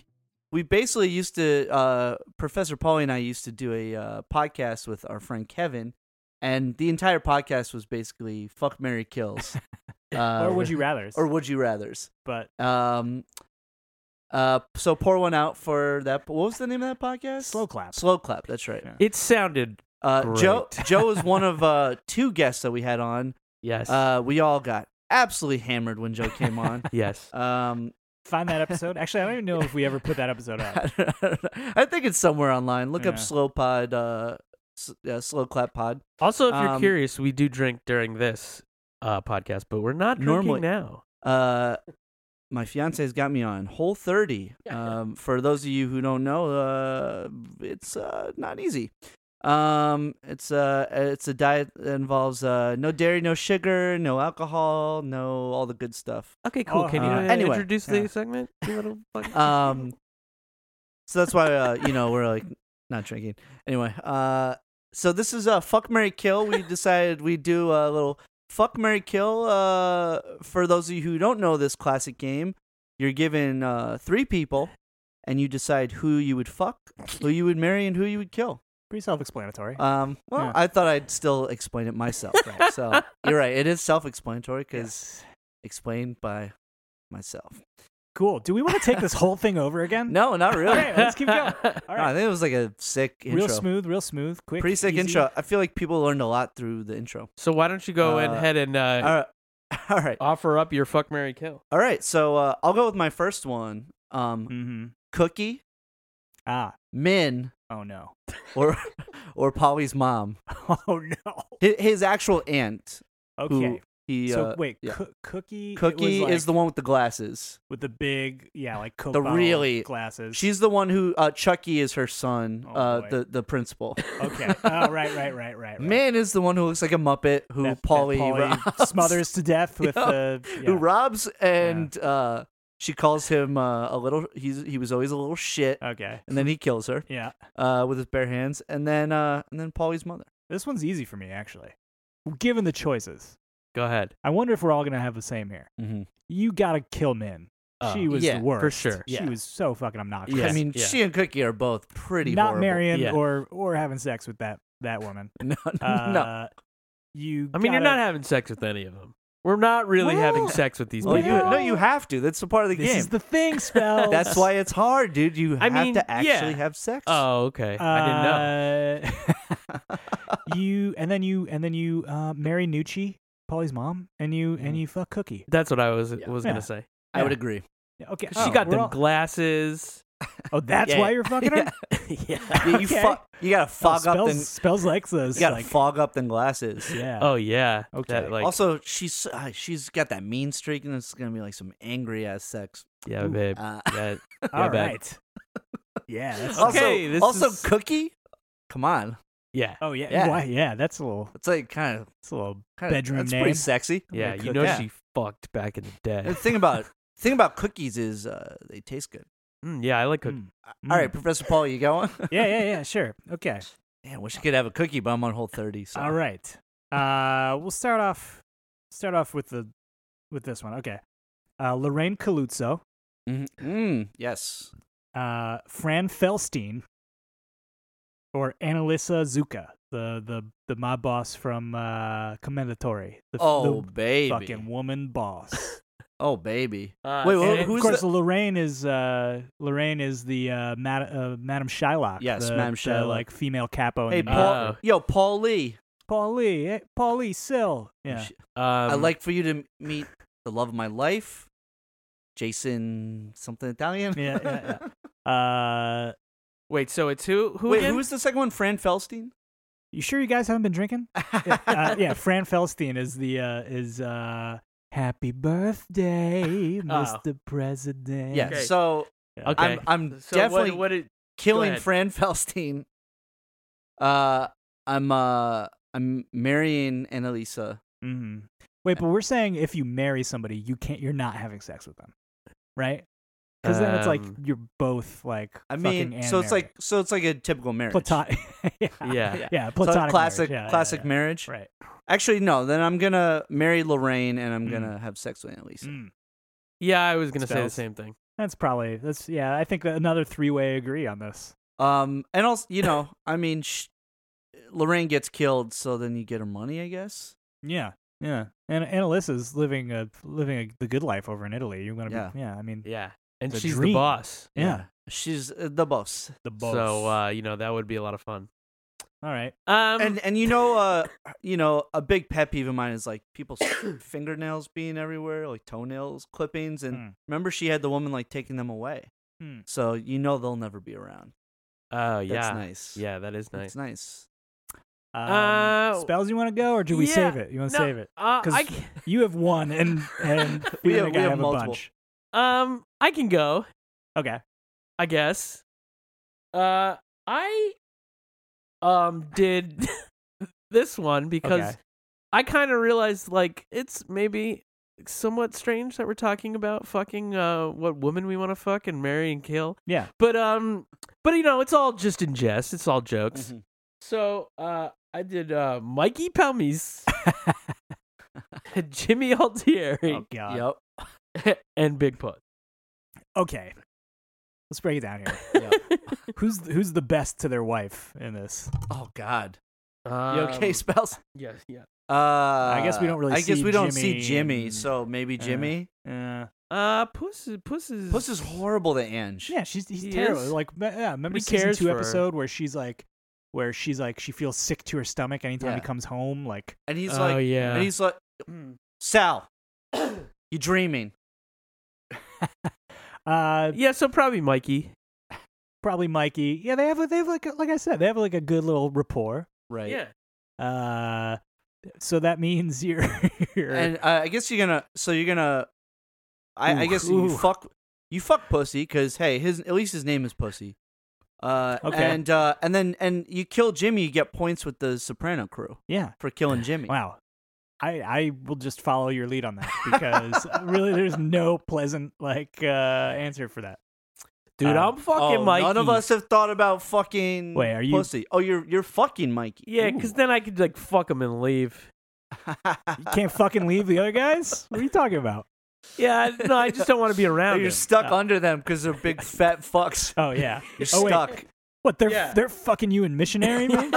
Speaker 1: we basically used to uh, Professor Pauly and I used to do a uh, podcast with our friend Kevin, and the entire podcast was basically fuck Mary kills, uh,
Speaker 2: or would you rather?
Speaker 1: or would you rather's.
Speaker 2: but
Speaker 1: Um, uh, so pour one out for that. What was the name of that podcast?
Speaker 2: slow clap.
Speaker 1: Slow clap. That's right.
Speaker 2: Yeah.
Speaker 3: It sounded
Speaker 1: Uh, Joe
Speaker 3: Great.
Speaker 1: Joe was one of uh, two guests that we had on.
Speaker 3: yes,
Speaker 1: Uh, we all got absolutely hammered when Joe came on.
Speaker 3: yes.
Speaker 1: Um,
Speaker 2: Find that episode. Actually, I don't even know if we ever put that episode up.
Speaker 1: I think it's somewhere online. Look up
Speaker 2: Yeah.
Speaker 1: Slow Pod, uh, S- uh, Slow Clap Pod.
Speaker 3: Also, if you're
Speaker 1: um,
Speaker 3: curious, we do drink during this uh, podcast, but we're not drinking
Speaker 1: Normally-
Speaker 3: now.
Speaker 1: Uh, my fiance's got me on Whole 30. Um, for those of you who don't know, uh, it's uh, not easy. Um, it's uh, it's a diet that involves uh, no dairy, no sugar, no alcohol, no all the good stuff.
Speaker 3: Okay, cool.
Speaker 2: Oh,
Speaker 3: Can you
Speaker 1: uh,
Speaker 3: uh,
Speaker 1: anyway,
Speaker 3: introduce
Speaker 2: yeah.
Speaker 3: the segment? You little fuck?
Speaker 1: Um, so that's why uh, you know we're like not drinking anyway. Uh, so this is a uh, fuck Mary kill. We decided we do a little fuck Mary kill. Uh, for those of you who don't know this classic game, you're given uh, three people, and you decide who you would fuck, who you would marry, and who you would kill.
Speaker 2: Pretty self-explanatory.
Speaker 1: Um, well,
Speaker 2: Yeah.
Speaker 1: I thought I'd still explain it myself. Right? So you're right. It is self-explanatory because
Speaker 2: Yes.
Speaker 1: explained by myself.
Speaker 2: Cool. Do we want to take this whole thing over again?
Speaker 1: No, not really.
Speaker 2: Mm. Okay, let's keep going. All
Speaker 1: No, I
Speaker 2: right.
Speaker 1: think it was like a sick intro.
Speaker 2: Real smooth, real smooth, quick.
Speaker 1: Pretty sick
Speaker 2: easy.
Speaker 1: intro. I feel like people learned a lot through the intro.
Speaker 3: so why don't you go
Speaker 1: Uh,
Speaker 3: ahead and uh,
Speaker 1: All right. All right.
Speaker 2: Uh,
Speaker 3: offer up your fuck Mary kill?
Speaker 1: All right. So uh, I'll go with my first one. Um,
Speaker 2: Mm-hmm.
Speaker 1: Cookie,
Speaker 2: Ah.
Speaker 1: Min,
Speaker 2: Oh no.
Speaker 1: or or Polly's mom.
Speaker 2: Oh no.
Speaker 1: Hi- His actual aunt. who
Speaker 2: Okay.
Speaker 1: he,
Speaker 2: so
Speaker 1: uh,
Speaker 2: wait,
Speaker 1: yeah.
Speaker 2: Coo- Cookie. it
Speaker 1: Cookie
Speaker 2: was,
Speaker 1: is
Speaker 2: like,
Speaker 1: the one with the glasses.
Speaker 2: with the big, yeah, like Coke
Speaker 1: The
Speaker 2: bottle
Speaker 1: really-
Speaker 2: glasses.
Speaker 1: She's the one who uh, Chucky is her son,
Speaker 2: Oh,
Speaker 1: uh,
Speaker 2: boy.
Speaker 1: the the principal.
Speaker 2: okay. Oh right, right, right, right. right.
Speaker 1: Min is the one who looks like a Muppet who
Speaker 2: That- that
Speaker 1: Polly,
Speaker 2: Pauly
Speaker 1: robs.
Speaker 2: smothers to death with
Speaker 1: Yeah.
Speaker 2: the yeah.
Speaker 1: who robs and uh, she calls him uh, a little. He's he was always a little shit,
Speaker 2: Okay.
Speaker 1: and then he kills her
Speaker 2: Yeah.
Speaker 1: uh, with his bare hands, and then uh, and then Polly's mother.
Speaker 2: This one's easy for me actually. Given the choices,
Speaker 3: Go ahead.
Speaker 2: I wonder if we're all gonna have the same here.
Speaker 1: Mm-hmm.
Speaker 2: You gotta kill Min. she
Speaker 3: Uh,
Speaker 2: was
Speaker 1: yeah,
Speaker 2: the
Speaker 1: for
Speaker 2: worst
Speaker 3: sure.
Speaker 2: She
Speaker 1: Yeah.
Speaker 2: was so fucking obnoxious.
Speaker 3: Yeah.
Speaker 1: I mean,
Speaker 3: Yeah.
Speaker 1: she and Cookie are both pretty
Speaker 2: not
Speaker 1: horrible.
Speaker 2: marrying
Speaker 3: Yeah.
Speaker 2: or or having sex with that that woman.
Speaker 1: No, no, no.
Speaker 2: Uh, You.
Speaker 3: I mean, you're not
Speaker 2: gotta-
Speaker 3: having sex with any of them. We're not really having
Speaker 1: Well-
Speaker 3: sex with these
Speaker 1: Well, Oh, you,
Speaker 3: people.
Speaker 1: no, you have to. That's the part of the
Speaker 2: This
Speaker 1: game.
Speaker 2: is the thing, spell.
Speaker 1: That's why it's hard, dude. You
Speaker 3: I
Speaker 1: have
Speaker 3: mean,
Speaker 1: to actually
Speaker 3: yeah.
Speaker 1: have sex.
Speaker 3: Oh, okay. I didn't
Speaker 2: Uh,
Speaker 3: know.
Speaker 2: know. Uh, you and then you and then you uh, marry Nucci, Polly's mom, and you and you fuck Cookie.
Speaker 3: That's what I was was
Speaker 2: Yeah.
Speaker 3: gonna say.
Speaker 1: I would agree.
Speaker 2: Yeah, Okay,
Speaker 3: 'Cause she
Speaker 2: oh,
Speaker 3: got
Speaker 2: we're
Speaker 3: the
Speaker 2: all-
Speaker 3: glasses.
Speaker 2: oh, that's
Speaker 1: Yeah,
Speaker 2: why
Speaker 1: yeah.
Speaker 2: you're fucking her.
Speaker 3: yeah.
Speaker 1: Yeah, you,
Speaker 2: Okay.
Speaker 1: fu- you gotta
Speaker 2: Oh,
Speaker 1: fog up
Speaker 2: spells,
Speaker 1: than
Speaker 2: spells like
Speaker 1: you
Speaker 2: those.
Speaker 1: gotta
Speaker 2: like,
Speaker 1: fog up than glasses.
Speaker 2: yeah.
Speaker 3: Oh yeah.
Speaker 2: Okay.
Speaker 3: That, like,
Speaker 1: also, she's uh, she's got that mean streak, and it's gonna be like some angry ass sex.
Speaker 3: yeah,
Speaker 2: ooh,
Speaker 3: babe.
Speaker 1: Uh,
Speaker 3: Yeah.
Speaker 2: all
Speaker 3: bad.
Speaker 2: right. yeah. That's,
Speaker 1: also,
Speaker 3: Okay, this
Speaker 1: also
Speaker 3: is-
Speaker 1: Cookie. Come on,
Speaker 3: Yeah.
Speaker 2: oh yeah.
Speaker 1: Yeah.
Speaker 2: Why? Yeah. That's a little.
Speaker 1: it's like kind of
Speaker 2: That's a little.
Speaker 1: kind of
Speaker 2: Bedroom
Speaker 1: That's
Speaker 2: name.
Speaker 1: pretty sexy.
Speaker 3: Yeah. You
Speaker 2: cook-
Speaker 3: know
Speaker 1: yeah.
Speaker 3: she fucked back in the
Speaker 1: the
Speaker 3: day.
Speaker 1: thing about thing about cookies is uh, they taste good.
Speaker 3: Mm, yeah, I like cookies.
Speaker 2: Mm.
Speaker 1: All right, Professor Paul, you got one?
Speaker 2: Yeah. Yeah. Yeah. Sure. Okay.
Speaker 1: Man, I wish I could have a cookie, but I'm on whole thirty. So.
Speaker 2: All right. Uh, we'll start off. Start off with the, with this one. Okay. Uh, Lorraine Caluzzo,
Speaker 1: Mhm. Mm, yes.
Speaker 2: uh, Fran Felstein, or Annalisa Zuka, the the the mob boss from uh, Commendatory. The, f-
Speaker 1: Oh
Speaker 2: the
Speaker 1: baby.
Speaker 2: fucking woman boss.
Speaker 1: Oh baby.
Speaker 3: Uh,
Speaker 1: Wait, wha-
Speaker 3: and it-
Speaker 2: of
Speaker 1: who's
Speaker 2: course,
Speaker 1: the-
Speaker 2: Lorraine is uh, Lorraine is the uh, Mad- uh, Madam Shylock.
Speaker 1: Yes,
Speaker 2: the,
Speaker 1: Madame
Speaker 2: the,
Speaker 1: Shylock.
Speaker 2: like female capo. in
Speaker 1: Hey
Speaker 2: the
Speaker 1: Paul.
Speaker 2: mob.
Speaker 3: Oh.
Speaker 1: Yo, Paul Lee.
Speaker 2: Paul Lee, hey, Paul Lee Sill. Yeah,
Speaker 1: Sh-
Speaker 3: um,
Speaker 1: I'd like for you to m- meet the love of my life, Jason something Italian.
Speaker 2: yeah, yeah. yeah. Uh,
Speaker 3: Wait, so it's who? Who
Speaker 1: Wait,
Speaker 3: again?
Speaker 1: who was the second one? Fran Felstein.
Speaker 2: you sure you guys haven't been drinking? yeah, uh, yeah, Fran Felstein is the uh, is uh, Happy Birthday,
Speaker 1: Oh.
Speaker 2: Mr. President.
Speaker 1: Yeah.
Speaker 3: Okay.
Speaker 1: So
Speaker 2: Yeah.
Speaker 3: Okay.
Speaker 1: I'm I'm
Speaker 3: So
Speaker 1: definitely
Speaker 3: What, what did,
Speaker 1: killing
Speaker 3: ahead.
Speaker 1: Fran Felstein. Uh, I'm uh I'm marrying Annalisa.
Speaker 2: hmm Wait, but we're saying if you marry somebody, you can't. You're not having sex with them, right? Because then it's like
Speaker 3: Um,
Speaker 2: you're both like.
Speaker 1: I
Speaker 2: fucking
Speaker 1: mean,
Speaker 2: and
Speaker 1: so it's
Speaker 2: married.
Speaker 1: like so it's like a typical marriage.
Speaker 2: platonic. yeah.
Speaker 3: yeah.
Speaker 1: yeah.
Speaker 2: Yeah,
Speaker 1: So
Speaker 2: platonic.
Speaker 1: classic
Speaker 2: marriage. Yeah, yeah,
Speaker 1: classic
Speaker 2: yeah.
Speaker 1: marriage.
Speaker 2: Right.
Speaker 1: Actually, no. Then I'm gonna marry Lorraine and I'm
Speaker 2: Mm.
Speaker 1: gonna have sex with Annalisa.
Speaker 2: Mm.
Speaker 3: Yeah, I was gonna say the
Speaker 2: Spells.
Speaker 3: same thing.
Speaker 2: That's probably that's yeah. Mm. I think that another three way agree on this.
Speaker 1: Um, and also, you know, I mean, sh- Lorraine gets killed, so then you get her money, I guess.
Speaker 2: Yeah, yeah. And and Alyssa's living a living a, the good life over in Italy. You're gonna
Speaker 1: Yeah.
Speaker 2: be yeah. I mean,
Speaker 3: Yeah. And
Speaker 2: It's a
Speaker 3: she's the
Speaker 2: dream.
Speaker 3: boss.
Speaker 2: yeah,
Speaker 1: She's uh, the boss.
Speaker 2: the boss.
Speaker 3: So uh, you know, that would be a lot of fun.
Speaker 2: all right,
Speaker 3: Um
Speaker 1: And and you know uh you know a big pet peeve of mine is like people's fingernails being everywhere, like toenails, clippings, and
Speaker 2: Hmm.
Speaker 1: remember she had the woman like taking them away.
Speaker 2: Hmm.
Speaker 1: So you know they'll never be around.
Speaker 3: Oh yeah.
Speaker 1: That's nice.
Speaker 3: Yeah, that is nice.
Speaker 1: That's nice.
Speaker 2: um,
Speaker 3: Uh,
Speaker 2: spells you want to go or do we
Speaker 3: yeah,
Speaker 2: save it? You want to
Speaker 3: no,
Speaker 2: save it?
Speaker 3: Uh,
Speaker 2: 'Cause
Speaker 3: I can,
Speaker 2: You have one, and and
Speaker 1: We
Speaker 2: we
Speaker 1: have-
Speaker 2: have,
Speaker 1: we have
Speaker 2: have a
Speaker 1: multiple.
Speaker 2: bunch.
Speaker 3: um I can go,
Speaker 2: Okay,
Speaker 3: I guess. Uh I um did this one because
Speaker 2: Okay.
Speaker 3: I kind of realized like it's maybe somewhat strange that we're talking about fucking uh what woman we want to fuck and marry and kill.
Speaker 2: yeah.
Speaker 3: But um but you know, it's all just in jest. It's all jokes.
Speaker 1: Mhm.
Speaker 3: So uh, I did uh, Mikey Pelmies, Jimmy Altieri,
Speaker 2: Oh God.
Speaker 1: Yep. Oh.
Speaker 3: and Big Put.
Speaker 2: Okay, let's break it down here.
Speaker 1: yep.
Speaker 2: who's th- who's the best to their wife in this?
Speaker 1: Oh God. You
Speaker 3: Um,
Speaker 1: okay, spouse?
Speaker 3: Yes. Yeah.
Speaker 1: Uh,
Speaker 2: I
Speaker 1: I
Speaker 2: guess we don't really
Speaker 1: I guess
Speaker 2: see
Speaker 1: we don't see
Speaker 2: Jimmy
Speaker 1: Jimmy.
Speaker 2: and-
Speaker 1: So maybe
Speaker 2: Uh,
Speaker 1: Jimmy.
Speaker 2: Uh,
Speaker 3: Uh, Puss. is- Puss is.
Speaker 1: Puss is horrible to Ange.
Speaker 2: yeah, she's he's
Speaker 3: He
Speaker 2: terrible.
Speaker 3: is?
Speaker 2: Like, me- yeah, remember
Speaker 3: Nobody
Speaker 2: season
Speaker 3: cares
Speaker 2: two
Speaker 3: for her.
Speaker 2: episode where she's like, where she's like, she feels sick to her stomach anytime he
Speaker 1: Yeah.
Speaker 2: comes home. Like,
Speaker 1: And he's
Speaker 3: oh
Speaker 1: like,
Speaker 3: yeah.
Speaker 1: and he's like,
Speaker 2: Hmm.
Speaker 1: Sal, you dreaming?
Speaker 2: uh,
Speaker 3: yeah. So probably Mikey.
Speaker 2: probably Mikey. Yeah, they have they have like like I said, they have like a good little rapport.
Speaker 1: Right.
Speaker 3: Yeah.
Speaker 2: Uh, so that means you're, you're
Speaker 1: And uh, I guess you're gonna. So you're gonna. I, I
Speaker 2: Ooh,
Speaker 1: guess
Speaker 2: ooh.
Speaker 1: you fuck. You fuck pussy because hey, his at least his name is pussy. Uh,
Speaker 2: Okay.
Speaker 1: And uh, and then and you kill Jimmy, you get points with the Soprano crew
Speaker 2: yeah.
Speaker 1: for killing Jimmy.
Speaker 2: Wow. I, I will just follow your lead on that because really there's no pleasant like uh answer for that.
Speaker 3: Dude,
Speaker 2: Um,
Speaker 3: I'm fucking
Speaker 1: oh,
Speaker 3: Mikey.
Speaker 1: none of us have thought about fucking
Speaker 2: Wait, are you-
Speaker 1: pussy. Oh, you're you're fucking Mikey.
Speaker 3: Yeah, because then I could like fuck him and leave.
Speaker 2: You can't fucking leave the other guys? What are you talking about?
Speaker 3: Yeah, no, I just don't want to be around
Speaker 1: you're
Speaker 3: him.
Speaker 1: stuck under them because they're big fat fucks.
Speaker 2: Oh yeah.
Speaker 1: You're
Speaker 2: oh, wait.
Speaker 1: stuck.
Speaker 2: What they're
Speaker 3: Yeah.
Speaker 2: they're fucking you in missionary man?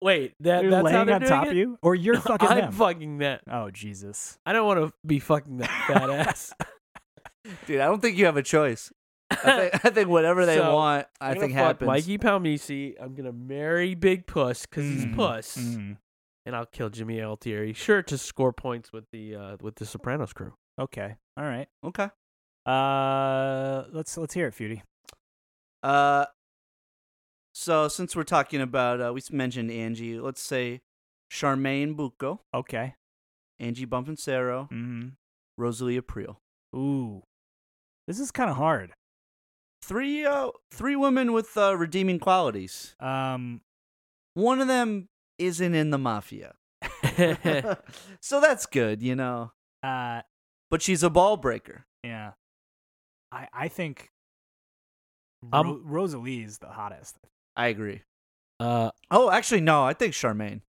Speaker 3: Wait, that,
Speaker 2: they're
Speaker 3: that's how
Speaker 2: laying
Speaker 3: they're
Speaker 2: on
Speaker 3: doing
Speaker 2: top
Speaker 3: it?
Speaker 2: of you? Or you're fucking
Speaker 3: I'm
Speaker 2: them?
Speaker 3: fucking that.
Speaker 2: oh Jesus.
Speaker 3: I don't want to be fucking that fat ass.
Speaker 1: Dude, I don't think you have a choice. I think, I think whatever they
Speaker 3: So,
Speaker 1: want, I
Speaker 3: I'm gonna
Speaker 1: think
Speaker 3: fuck
Speaker 1: happens.
Speaker 3: Mikey Palmisi. I'm gonna marry Big Puss because he's
Speaker 2: Mm,
Speaker 3: Puss,
Speaker 2: mm.
Speaker 3: and I'll kill Jimmy Altieri. Sure to score points with the uh, with the Sopranos crew.
Speaker 2: Okay. All right.
Speaker 1: Okay.
Speaker 2: Uh let's let's hear it, Feudy.
Speaker 1: Uh, so since we're talking about, uh, we mentioned Angie. Let's say Charmaine Bucco,
Speaker 2: Okay.
Speaker 1: Angie Bonfensero,
Speaker 2: Mm.
Speaker 1: Rosalia Priel.
Speaker 2: Ooh. This is kind of hard.
Speaker 1: Three, uh, three women with uh, redeeming qualities.
Speaker 2: Um
Speaker 1: One of them isn't in the mafia,
Speaker 3: yeah,
Speaker 1: so that's good, you know.
Speaker 2: uh
Speaker 1: But she's a ball breaker.
Speaker 2: yeah. I I think Ro-
Speaker 3: Um,
Speaker 2: Rosalie is the hottest.
Speaker 1: I agree.
Speaker 3: uh,
Speaker 1: Oh, actually, no. I think Charmaine.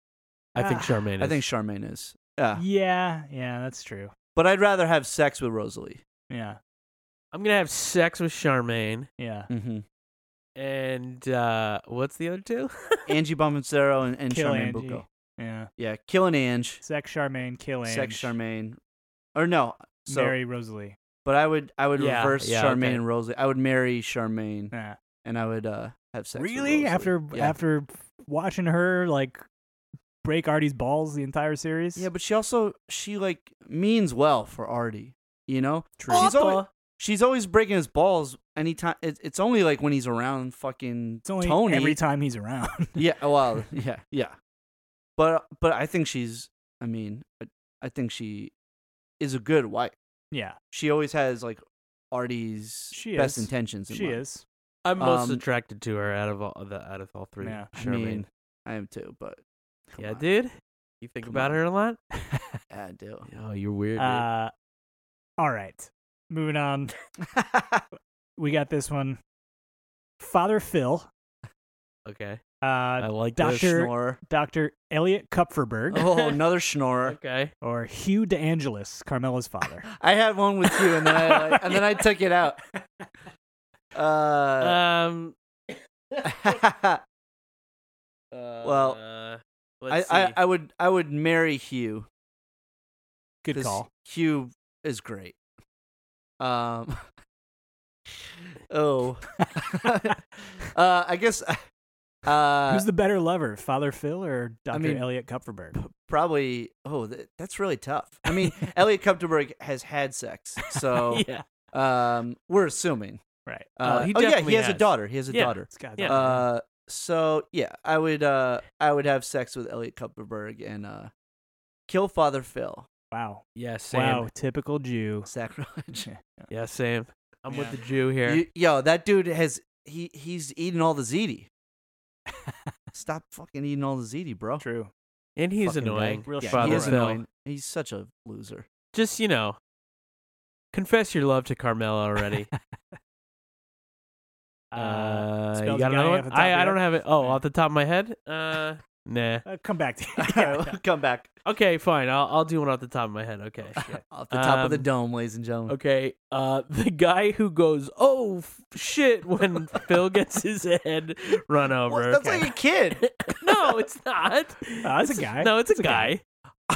Speaker 3: I think
Speaker 2: Ah,
Speaker 3: Charmaine. Is.
Speaker 1: I think Charmaine is.
Speaker 2: Mm.
Speaker 1: Yeah.
Speaker 2: Yeah, yeah, that's true.
Speaker 1: But I'd rather have sex with Rosalie.
Speaker 2: Yeah.
Speaker 3: I'm gonna have sex with Charmaine.
Speaker 2: Yeah.
Speaker 1: Mm-hmm.
Speaker 3: And uh, what's the other two?
Speaker 1: Angie Bonfensero and, and
Speaker 2: Kill
Speaker 1: Mm, Charmaine
Speaker 2: Angie.
Speaker 1: Bucco.
Speaker 2: Yeah.
Speaker 1: Yeah, killing Ange,
Speaker 2: Sex Charmaine, kill Ange,
Speaker 1: sex Charmaine, or no, so
Speaker 2: marry Rosalie.
Speaker 1: but I would I would
Speaker 3: Yeah,
Speaker 1: reverse
Speaker 3: yeah,
Speaker 1: Charmaine
Speaker 3: okay.
Speaker 1: and Rosalie. I would marry Charmaine
Speaker 2: Nah.
Speaker 1: and I would uh have sex. with
Speaker 2: Really?
Speaker 1: Rosalie.
Speaker 2: After
Speaker 1: yeah.
Speaker 2: after watching her like break Artie's balls the entire series?
Speaker 1: yeah, but she also she like means well for Artie. You know,
Speaker 2: True.
Speaker 1: She's always, she's always breaking his balls. Anytime it, it's only like when he's around fucking
Speaker 2: it's only
Speaker 1: Tony.
Speaker 2: every time he's around.
Speaker 1: yeah, well, yeah, yeah. But but I think she's. I mean, I- I think she is a good wife.
Speaker 2: yeah.
Speaker 1: she always has like Artie's
Speaker 2: She
Speaker 1: best
Speaker 2: is.
Speaker 1: intentions. In
Speaker 2: She
Speaker 1: mind.
Speaker 2: is.
Speaker 3: I'm most
Speaker 1: um,
Speaker 3: attracted to her out of all the out of all three.
Speaker 2: Yeah,
Speaker 3: Charmaine.
Speaker 1: I mean, I am too, but come
Speaker 3: yeah,
Speaker 1: on.
Speaker 3: dude. You think
Speaker 1: Come
Speaker 3: about
Speaker 1: on.
Speaker 3: her a lot?
Speaker 1: I do.
Speaker 3: Oh, you're weird. dude.
Speaker 2: Uh all right. Moving on. We got this one. Father Phil,
Speaker 3: okay, I
Speaker 2: uh
Speaker 3: like this.
Speaker 2: Doctor-
Speaker 1: Snore.
Speaker 2: Dr. Elliot Kupferberg
Speaker 1: Oh, another schnorrer.
Speaker 3: Okay.
Speaker 2: or Hugh DeAngelis, Carmela's father.
Speaker 1: I had one with you, and then I like, and then I took it out. Uh,
Speaker 3: Um.
Speaker 1: uh, Well,
Speaker 3: uh,
Speaker 1: I,
Speaker 3: let's
Speaker 1: I,
Speaker 3: see.
Speaker 1: I would I would marry Hugh.
Speaker 2: Good
Speaker 1: 'cause
Speaker 2: call.
Speaker 1: Hugh is great. Um. oh, uh, I guess. Uh,
Speaker 2: Who's the better lover, Father Phil or Dr.
Speaker 1: mean-
Speaker 2: Elliot Kupferberg?
Speaker 1: probably? Oh, that, that's really tough. I mean, Elliot Kupferberg has had sex, so
Speaker 2: yeah.
Speaker 1: um, we're assuming.
Speaker 2: Right.
Speaker 1: oh. Uh,
Speaker 3: Oh, he
Speaker 1: oh yeah,
Speaker 3: definitely
Speaker 1: he has, a
Speaker 3: has.
Speaker 1: daughter. He has a
Speaker 3: Yeah.
Speaker 1: daughter.
Speaker 2: It's got
Speaker 3: Yeah.
Speaker 2: that.
Speaker 1: Uh, so yeah, I would uh, I would have sex with Elliot Kupferberg and uh, kill Father Phil.
Speaker 2: wow.
Speaker 3: yeah, same.
Speaker 2: Wow. Typical Jew.
Speaker 1: Sacrilege.
Speaker 3: Yeah, same. I'm with
Speaker 2: Yeah.
Speaker 3: the Jew here.
Speaker 1: You- yo, that dude has he he's eating all the ziti. Stop fucking eating all the ziti, bro.
Speaker 2: True.
Speaker 3: and he's
Speaker 1: fucking guy.
Speaker 3: annoying.
Speaker 2: Real
Speaker 1: Yeah,
Speaker 3: Father
Speaker 1: he is
Speaker 3: Phil.
Speaker 1: annoying. He's such a loser.
Speaker 3: Just, you know, confess your love to Carmela already. uh,
Speaker 2: spell
Speaker 3: you
Speaker 2: the
Speaker 3: got
Speaker 2: guy
Speaker 3: another
Speaker 2: off
Speaker 3: one?
Speaker 2: the top of
Speaker 3: I, I
Speaker 2: your
Speaker 3: don't
Speaker 2: head?
Speaker 3: have it. Oh,
Speaker 2: Yeah.
Speaker 3: off the top of my head? Uh, nah.
Speaker 2: Uh, come back to you.
Speaker 1: All right, we'll come back.
Speaker 3: Okay, fine. I'll, I'll do one off the top of my head. Okay.
Speaker 1: Off the top of the
Speaker 3: Um,
Speaker 1: dome, ladies and gentlemen.
Speaker 3: Okay, uh, the guy who goes, "Oh f- shit!" when Phil gets his head run over.
Speaker 1: What? That's like a kid.
Speaker 3: no, it's not.
Speaker 2: Uh, it's a guy.
Speaker 3: No, it's a
Speaker 2: It's a
Speaker 3: guy.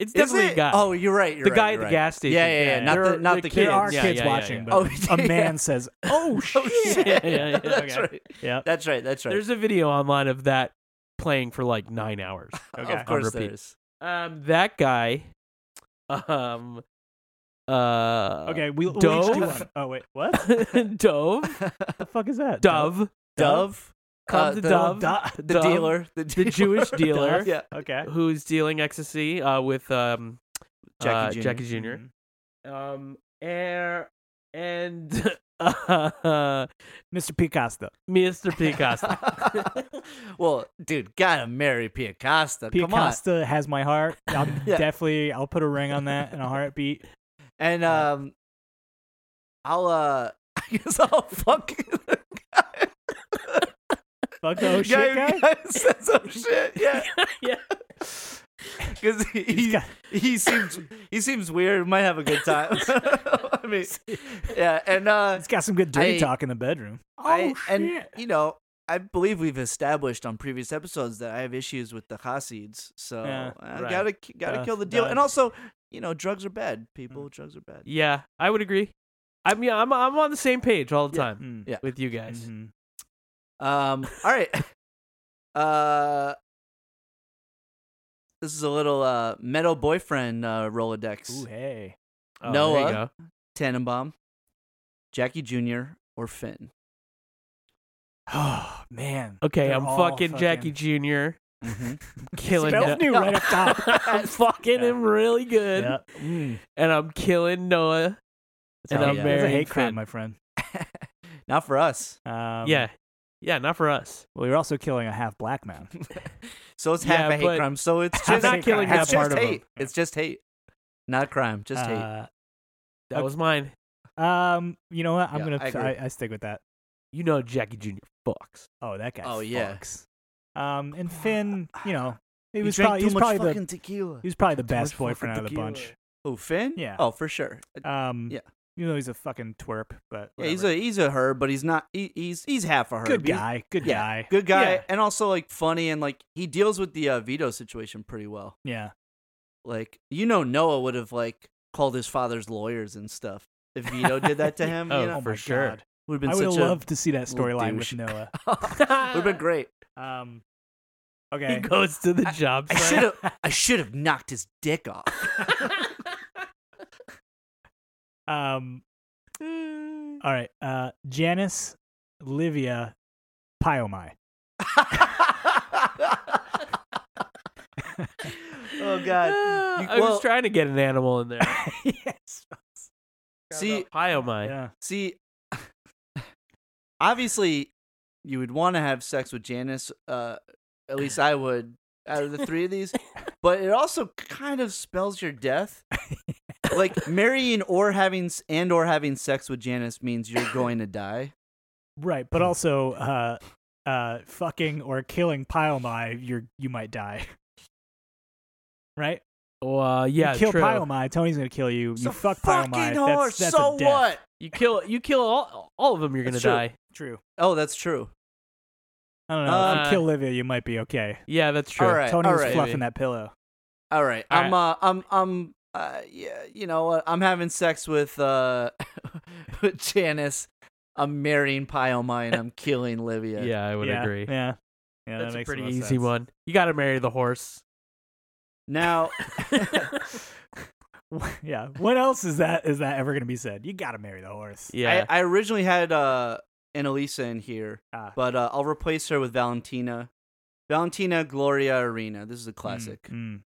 Speaker 3: it's
Speaker 1: Is
Speaker 3: definitely
Speaker 1: it?
Speaker 3: a guy.
Speaker 1: Oh, you're right. you're
Speaker 3: the
Speaker 1: right,
Speaker 3: guy
Speaker 1: you're
Speaker 3: at the
Speaker 1: right.
Speaker 3: gas station.
Speaker 1: Yeah, yeah, yeah. Not
Speaker 3: There
Speaker 1: the
Speaker 3: are-
Speaker 1: not the,
Speaker 2: There
Speaker 1: kids.
Speaker 2: are
Speaker 3: Yeah,
Speaker 2: kids
Speaker 3: yeah, yeah,
Speaker 2: watching,
Speaker 3: yeah.
Speaker 2: but
Speaker 1: Oh,
Speaker 2: a
Speaker 1: yeah.
Speaker 2: man says,
Speaker 3: Oh shit! yeah, yeah, yeah.
Speaker 1: That's right.
Speaker 2: yeah.
Speaker 1: That's right. That's right.
Speaker 3: There's a video online of that playing for like nine hours.
Speaker 2: Okay.
Speaker 1: Of course,
Speaker 3: repeat.
Speaker 1: there's.
Speaker 3: Um, that guy. Um. Uh.
Speaker 2: Okay, we, we each do
Speaker 3: Dove?
Speaker 2: one. Oh, wait. What? What
Speaker 3: Dove.
Speaker 2: the fuck is that?
Speaker 3: Dove.
Speaker 1: Dove,
Speaker 3: Come
Speaker 1: uh,
Speaker 3: to
Speaker 1: the,
Speaker 3: Dove.
Speaker 2: Dove.
Speaker 1: the
Speaker 3: Dove,
Speaker 1: dealer, the,
Speaker 3: The Jewish dealer.
Speaker 1: Yeah,
Speaker 2: Okay.
Speaker 3: who's dealing ecstasy uh, with um,
Speaker 1: Jackie Mm-hmm.
Speaker 3: uh,
Speaker 1: Jr.
Speaker 3: Jackie Jr. Um, air and uh,
Speaker 2: Mr. Picasso.
Speaker 3: Mr. Picasso.
Speaker 1: well, dude, gotta marry Pia Costa.
Speaker 2: Pete
Speaker 1: Come on.
Speaker 2: Costa has my heart. I'll
Speaker 1: Yeah.
Speaker 2: definitely I'll put a ring on that and a heartbeat.
Speaker 1: And um, I'll uh, I guess I'll fuck
Speaker 3: Oh,
Speaker 1: the guy.
Speaker 2: Fuck the oh shit guy.
Speaker 1: who said some shit. Yeah,
Speaker 3: Yeah.
Speaker 1: Because
Speaker 2: He's
Speaker 1: he,
Speaker 2: got-
Speaker 1: he seems he seems weird. Might have a good time. I mean, yeah, and uh,
Speaker 2: he's got some good dirty
Speaker 1: I-
Speaker 2: talk in the bedroom.
Speaker 3: Oh,
Speaker 1: I, and you know, I believe we've established on previous episodes that I have issues with the Hasids, so
Speaker 2: Yeah,
Speaker 1: I
Speaker 3: right.
Speaker 1: gotta ki- gotta
Speaker 2: Duh,
Speaker 1: kill the deal.
Speaker 2: duh.
Speaker 1: And also, you know, drugs are bad.
Speaker 3: Mm.
Speaker 1: People, drugs are bad.
Speaker 3: yeah, I would agree. I mean, I'm I'm on the same page all the
Speaker 1: Yeah.
Speaker 3: time
Speaker 2: Mm.
Speaker 1: Hmm. Yeah.
Speaker 3: with you guys.
Speaker 2: Mhm.
Speaker 1: Um, all right. Uh, this is a little uh metal boyfriend uh, Rolodex:
Speaker 2: Ooh, hey.
Speaker 3: Oh, there
Speaker 1: Noah.
Speaker 3: you go.
Speaker 1: Tannenbaum, Jackie Jr. or Finn.
Speaker 2: Oh man.
Speaker 3: Okay,
Speaker 2: They're
Speaker 3: I'm
Speaker 2: all
Speaker 3: fucking, Jackie Jr.
Speaker 1: Mm-hmm.
Speaker 3: killing
Speaker 2: Spelled
Speaker 3: Noah.
Speaker 2: new right up top.
Speaker 3: I'm fucking
Speaker 2: Yeah.
Speaker 3: him really good,
Speaker 2: Yeah.
Speaker 1: um,
Speaker 3: and I'm killing Noah.
Speaker 2: That's,
Speaker 1: And
Speaker 2: a-
Speaker 1: I'm
Speaker 2: that's a
Speaker 3: marrying
Speaker 2: hate crime,
Speaker 3: Finn.
Speaker 2: my friend.
Speaker 1: Not for us.
Speaker 2: Um,
Speaker 3: yeah, yeah, not for us.
Speaker 2: Well, you're also killing a half black man.
Speaker 1: So it's
Speaker 3: Yeah,
Speaker 1: half a hate
Speaker 3: but-
Speaker 1: crime. So it's
Speaker 3: I'm
Speaker 1: just
Speaker 3: not killing
Speaker 2: half
Speaker 3: that
Speaker 1: it's just
Speaker 3: part of him.
Speaker 1: hate. It's just hate, not crime. Just hate.
Speaker 2: Uh,
Speaker 3: That was mine.
Speaker 2: Um, you know what? I'm
Speaker 1: Yeah,
Speaker 2: gonna.
Speaker 1: I agree.
Speaker 2: I, I stick with that.
Speaker 3: You know Jackie Jr. fucks.
Speaker 2: Oh, that guy.
Speaker 1: Oh, yeah.
Speaker 2: fucks. Um, and Finn, you know, he was
Speaker 1: drank
Speaker 2: probably
Speaker 1: too
Speaker 2: he was
Speaker 1: much
Speaker 2: probably
Speaker 1: fucking
Speaker 2: the
Speaker 1: tequila.
Speaker 2: he was probably the
Speaker 3: too much
Speaker 2: best
Speaker 3: fucking
Speaker 2: boyfriend out of the
Speaker 3: tequila.
Speaker 2: bunch.
Speaker 1: Oh, Finn?
Speaker 2: Yeah.
Speaker 1: Oh, for sure. Uh,
Speaker 2: Um,
Speaker 1: Yeah.
Speaker 2: You know, he's a fucking twerp, but
Speaker 1: yeah, he's
Speaker 2: whatever.
Speaker 1: a he's a herb, but he's not. He, he's he's half a herb.
Speaker 2: good
Speaker 1: He's-
Speaker 2: guy. Good
Speaker 1: yeah,
Speaker 2: guy.
Speaker 1: Good guy,
Speaker 3: Yeah.
Speaker 1: and also like funny, and like he deals with the uh, veto situation pretty well.
Speaker 2: Yeah.
Speaker 1: Like you know, Noah would have like called his father's lawyers and stuff if Vito did that to him.
Speaker 3: Oh,
Speaker 1: you know,
Speaker 3: for
Speaker 2: Mm, my
Speaker 3: sure.
Speaker 2: God.
Speaker 1: would have
Speaker 2: I
Speaker 1: been
Speaker 2: would have
Speaker 1: such a
Speaker 2: loved to see that
Speaker 1: little
Speaker 2: storyline with
Speaker 1: douche.
Speaker 2: Noah.
Speaker 1: would have been great.
Speaker 2: Um,
Speaker 3: He
Speaker 2: okay.
Speaker 3: goes to the job
Speaker 1: I
Speaker 3: site.
Speaker 1: should have I should have knocked his dick off.
Speaker 2: Um,
Speaker 1: Eh.
Speaker 2: all right. Uh, Janice, Livia, Piomai.
Speaker 1: oh God. You-
Speaker 3: I
Speaker 1: well-
Speaker 3: was trying to get an animal in there.
Speaker 2: yes.
Speaker 1: See,
Speaker 3: Hi, oh my.
Speaker 2: Yeah.
Speaker 1: See, obviously, you would want to have sex with Janice. Uh, at least I would. Out of the three of these, but it also kind of spells your death. like marrying or having s- and or having sex with Janice means you're going to die.
Speaker 2: Right,
Speaker 3: Hmm.
Speaker 2: but also, uh, uh, fucking or killing Piomai, you're you might die. Right?
Speaker 3: Well, uh, yeah,
Speaker 2: you kill
Speaker 3: true.
Speaker 2: Piomai, Tony's gonna kill you. You
Speaker 1: So
Speaker 2: fuck
Speaker 1: fucking
Speaker 2: Piomai.
Speaker 1: hard.
Speaker 2: That's, that's
Speaker 1: so
Speaker 2: a death.
Speaker 1: what?
Speaker 3: You kill you kill all all of them. You're gonna
Speaker 1: That's true.
Speaker 3: die.
Speaker 2: True.
Speaker 1: Oh, that's true.
Speaker 2: I don't know. if
Speaker 3: Uh,
Speaker 2: you kill Livia, you might be okay.
Speaker 3: Yeah, that's true.
Speaker 1: All right,
Speaker 2: Tony
Speaker 1: all
Speaker 2: was
Speaker 1: right.
Speaker 2: fluffing that pillow.
Speaker 1: All right.
Speaker 3: All
Speaker 1: I'm uh I'm I'm uh yeah, you know, what, I'm having sex with uh with Janice. I'm marrying Pyoma and I'm killing Livia.
Speaker 3: Yeah, I would
Speaker 2: yeah,
Speaker 3: agree.
Speaker 2: Yeah. Yeah,
Speaker 3: that's
Speaker 2: that makes
Speaker 3: a pretty
Speaker 2: the most
Speaker 3: easy
Speaker 2: sense.
Speaker 3: one. You got to marry the horse.
Speaker 1: Now
Speaker 2: yeah. What else is that is that ever gonna be said? You gotta marry the horse.
Speaker 3: yeah.
Speaker 1: I, I originally had uh Annalisa in here,
Speaker 2: Ah.
Speaker 1: but uh, I'll replace her with Valentina. Valentina Gloria Arena. This is a classic.
Speaker 2: Mm,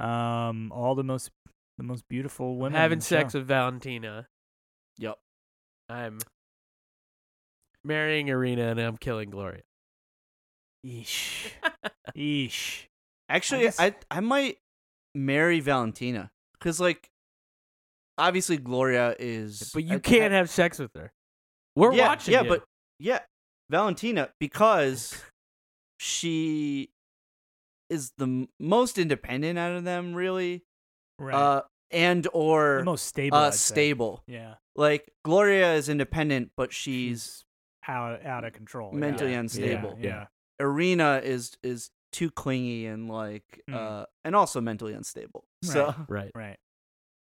Speaker 2: mm. Um, all the most the most beautiful women in
Speaker 3: having
Speaker 2: the
Speaker 3: sex
Speaker 2: show.
Speaker 3: with Valentina.
Speaker 1: Yep.
Speaker 3: I'm marrying Arena and I'm killing Gloria.
Speaker 2: Eesh. Eesh.
Speaker 1: Actually, I,
Speaker 2: guess-
Speaker 1: I might marry Valentina cuz like obviously Gloria is
Speaker 3: But you
Speaker 1: I-
Speaker 3: can't
Speaker 1: I-
Speaker 3: have sex with her. We're
Speaker 1: yeah,
Speaker 3: watching.
Speaker 1: Yeah,
Speaker 3: you.
Speaker 1: but yeah, Valentina because she is the m- most independent out of them, really.
Speaker 2: Right.
Speaker 1: Uh, and or
Speaker 2: the most stable.
Speaker 1: uh,
Speaker 2: I'd say.
Speaker 1: stable.
Speaker 2: Yeah.
Speaker 1: Like Gloria is independent, but she's
Speaker 2: Out out of control. yeah.
Speaker 1: mentally
Speaker 2: Yeah,
Speaker 1: unstable.
Speaker 2: Yeah.
Speaker 1: Arena is is too clingy and like
Speaker 2: Mm.
Speaker 1: uh, and also mentally unstable. So
Speaker 3: right.
Speaker 2: Right.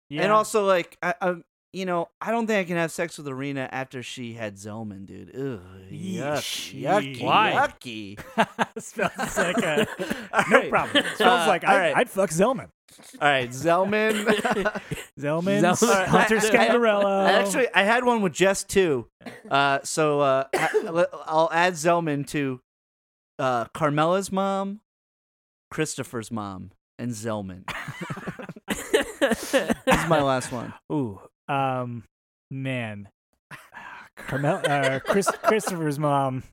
Speaker 2: Yeah.
Speaker 1: and also like I, I you know I don't think I can have sex with Arena after she had Zelman, dude. Ugh, yuck,
Speaker 2: Yeesh.
Speaker 1: yucky,
Speaker 3: Why?
Speaker 1: yucky.
Speaker 2: smells like a
Speaker 1: All
Speaker 2: no
Speaker 1: right.
Speaker 2: problem. Smells
Speaker 1: Uh,
Speaker 2: like
Speaker 1: all
Speaker 2: I,
Speaker 1: right.
Speaker 2: I'd fuck Zelman.
Speaker 1: All right, Zelman.
Speaker 2: Zelman,
Speaker 3: Zelman.
Speaker 2: Hunter
Speaker 1: I- I- I-
Speaker 2: Scangarello.
Speaker 1: I actually, I had one with Jess too. Uh, so uh, I, will add Zelman to uh, Carmela's mom, Christopher's mom, and Zelman. This is my last one.
Speaker 2: Ooh, um, man, Carmel, uh, Chris, Christopher's mom,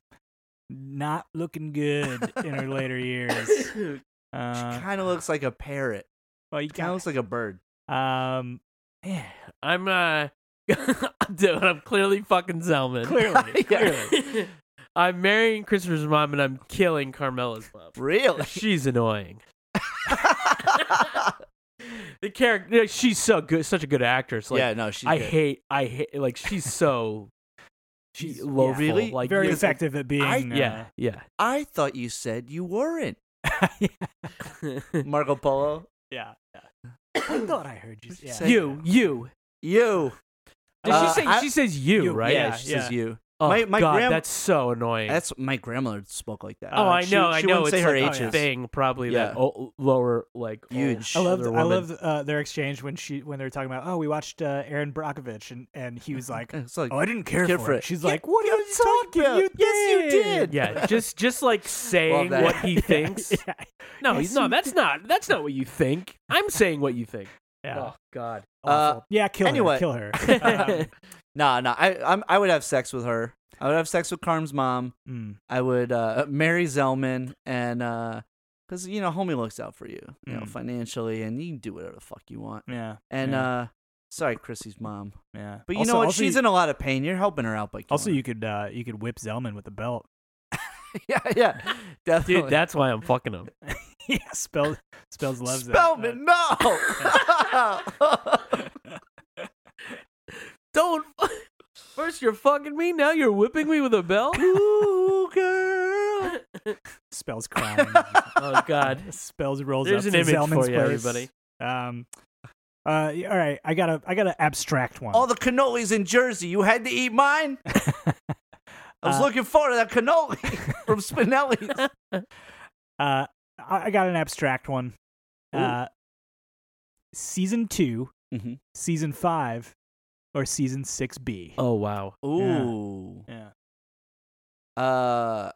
Speaker 2: not looking good in her later years.
Speaker 1: she
Speaker 2: Uh,
Speaker 1: kind of looks like a parrot.
Speaker 2: well, you
Speaker 1: Kind of
Speaker 2: got
Speaker 1: looks like a bird.
Speaker 2: um, yeah,
Speaker 3: I'm uh dude, I'm clearly fucking Zelman.
Speaker 2: clearly,
Speaker 1: Yeah.
Speaker 3: Clearly. I'm marrying Christopher's mom and I'm killing Carmela's mom.
Speaker 1: Really?
Speaker 3: She's annoying. The character she's so good such a good actress. Like
Speaker 1: yeah, no, she's
Speaker 3: I
Speaker 1: good.
Speaker 3: hate I hate like she's so she
Speaker 2: She's- yeah.
Speaker 3: loathful.
Speaker 1: Really?
Speaker 3: Like
Speaker 2: very
Speaker 3: yeah,
Speaker 2: effective at being.
Speaker 3: I-
Speaker 2: uh,
Speaker 3: yeah, yeah.
Speaker 1: I thought you said you weren't Marco Polo.
Speaker 2: yeah, yeah. I thought I heard you. s- Yeah.
Speaker 3: you, you.
Speaker 1: You.
Speaker 3: Did
Speaker 1: Uh,
Speaker 3: she say
Speaker 1: I-
Speaker 3: she says you,
Speaker 2: you,
Speaker 3: right?
Speaker 1: Yeah,
Speaker 2: Yeah,
Speaker 1: she says
Speaker 2: yeah.
Speaker 1: you.
Speaker 3: Oh
Speaker 1: My- my
Speaker 3: god,
Speaker 1: grand-
Speaker 3: that's so annoying.
Speaker 1: That's my grandmother spoke like that. Uh,
Speaker 3: oh, I
Speaker 1: She-
Speaker 3: know,
Speaker 1: she
Speaker 3: I know.
Speaker 1: wouldn't
Speaker 3: It's
Speaker 1: say her
Speaker 3: like oh,
Speaker 1: ages.
Speaker 3: a thing, probably that
Speaker 1: Yeah.
Speaker 3: o- lower, like old
Speaker 1: Huge.
Speaker 2: I loved
Speaker 3: other
Speaker 2: I
Speaker 3: woman.
Speaker 2: loved uh, their exchange when she when they were talking about oh we watched uh, Aaron Brockovich and and he was like
Speaker 1: It's like,
Speaker 2: oh I didn't care
Speaker 1: care
Speaker 2: for
Speaker 1: for
Speaker 2: it.
Speaker 1: it.
Speaker 2: She's
Speaker 1: Yeah,
Speaker 2: like what
Speaker 1: yeah,
Speaker 2: are you
Speaker 1: it's all
Speaker 2: talking
Speaker 1: about-
Speaker 2: you
Speaker 1: Yes, you did.
Speaker 3: Yeah, just just like saying
Speaker 1: that.
Speaker 3: what he
Speaker 2: Yeah,
Speaker 3: thinks.
Speaker 2: yeah,
Speaker 3: No,
Speaker 2: Yes,
Speaker 3: no,
Speaker 2: you
Speaker 3: that's not that's not what you think. I'm saying what you think.
Speaker 2: yeah.
Speaker 3: Oh God.
Speaker 2: Awful. yeah, kill her.
Speaker 1: anyway.
Speaker 2: Kill her. Um,
Speaker 1: No, no, I I'm, I would have sex with her. I would have sex with Carm's mom.
Speaker 2: mm,
Speaker 1: I would uh, marry Zelman, and because you know, homie looks out for you, you know,
Speaker 2: Mm.
Speaker 1: financially, and you can do whatever the fuck you want.
Speaker 2: yeah.
Speaker 1: And
Speaker 2: yeah,
Speaker 1: uh, sorry, Chrissy's mom,
Speaker 2: yeah.
Speaker 1: but you
Speaker 2: Also-
Speaker 1: know what?
Speaker 2: Also,
Speaker 1: She's
Speaker 2: you,
Speaker 1: in a lot of pain. You're helping her out by killing
Speaker 2: also
Speaker 1: her.
Speaker 2: you could uh, you could whip Zelman with a belt.
Speaker 1: yeah, yeah, definitely.
Speaker 3: Dude, that's why I'm fucking him.
Speaker 2: yeah, spell spells loves uh,
Speaker 1: Spellman, no.
Speaker 3: Don't first you're fucking me, now you're whipping me with a bell?
Speaker 1: Ooh, girl.
Speaker 2: uh, Spells crying.
Speaker 3: Oh God.
Speaker 2: spells rolls
Speaker 3: There's an
Speaker 2: up to
Speaker 3: image
Speaker 2: Zelman's
Speaker 3: for you,
Speaker 2: place.
Speaker 3: everybody.
Speaker 2: Um. Uh. y- All right. I got to I got to abstract one.
Speaker 1: All the cannolis in Jersey. You had to eat mine. I was
Speaker 2: Uh,
Speaker 1: looking forward to that cannoli from Spinelli's.
Speaker 2: Uh, I, I got an abstract one. Uh, season 2
Speaker 1: Mhm.
Speaker 2: season five, or season six B.
Speaker 3: Oh wow.
Speaker 1: Ooh.
Speaker 2: Yeah.
Speaker 1: Uh,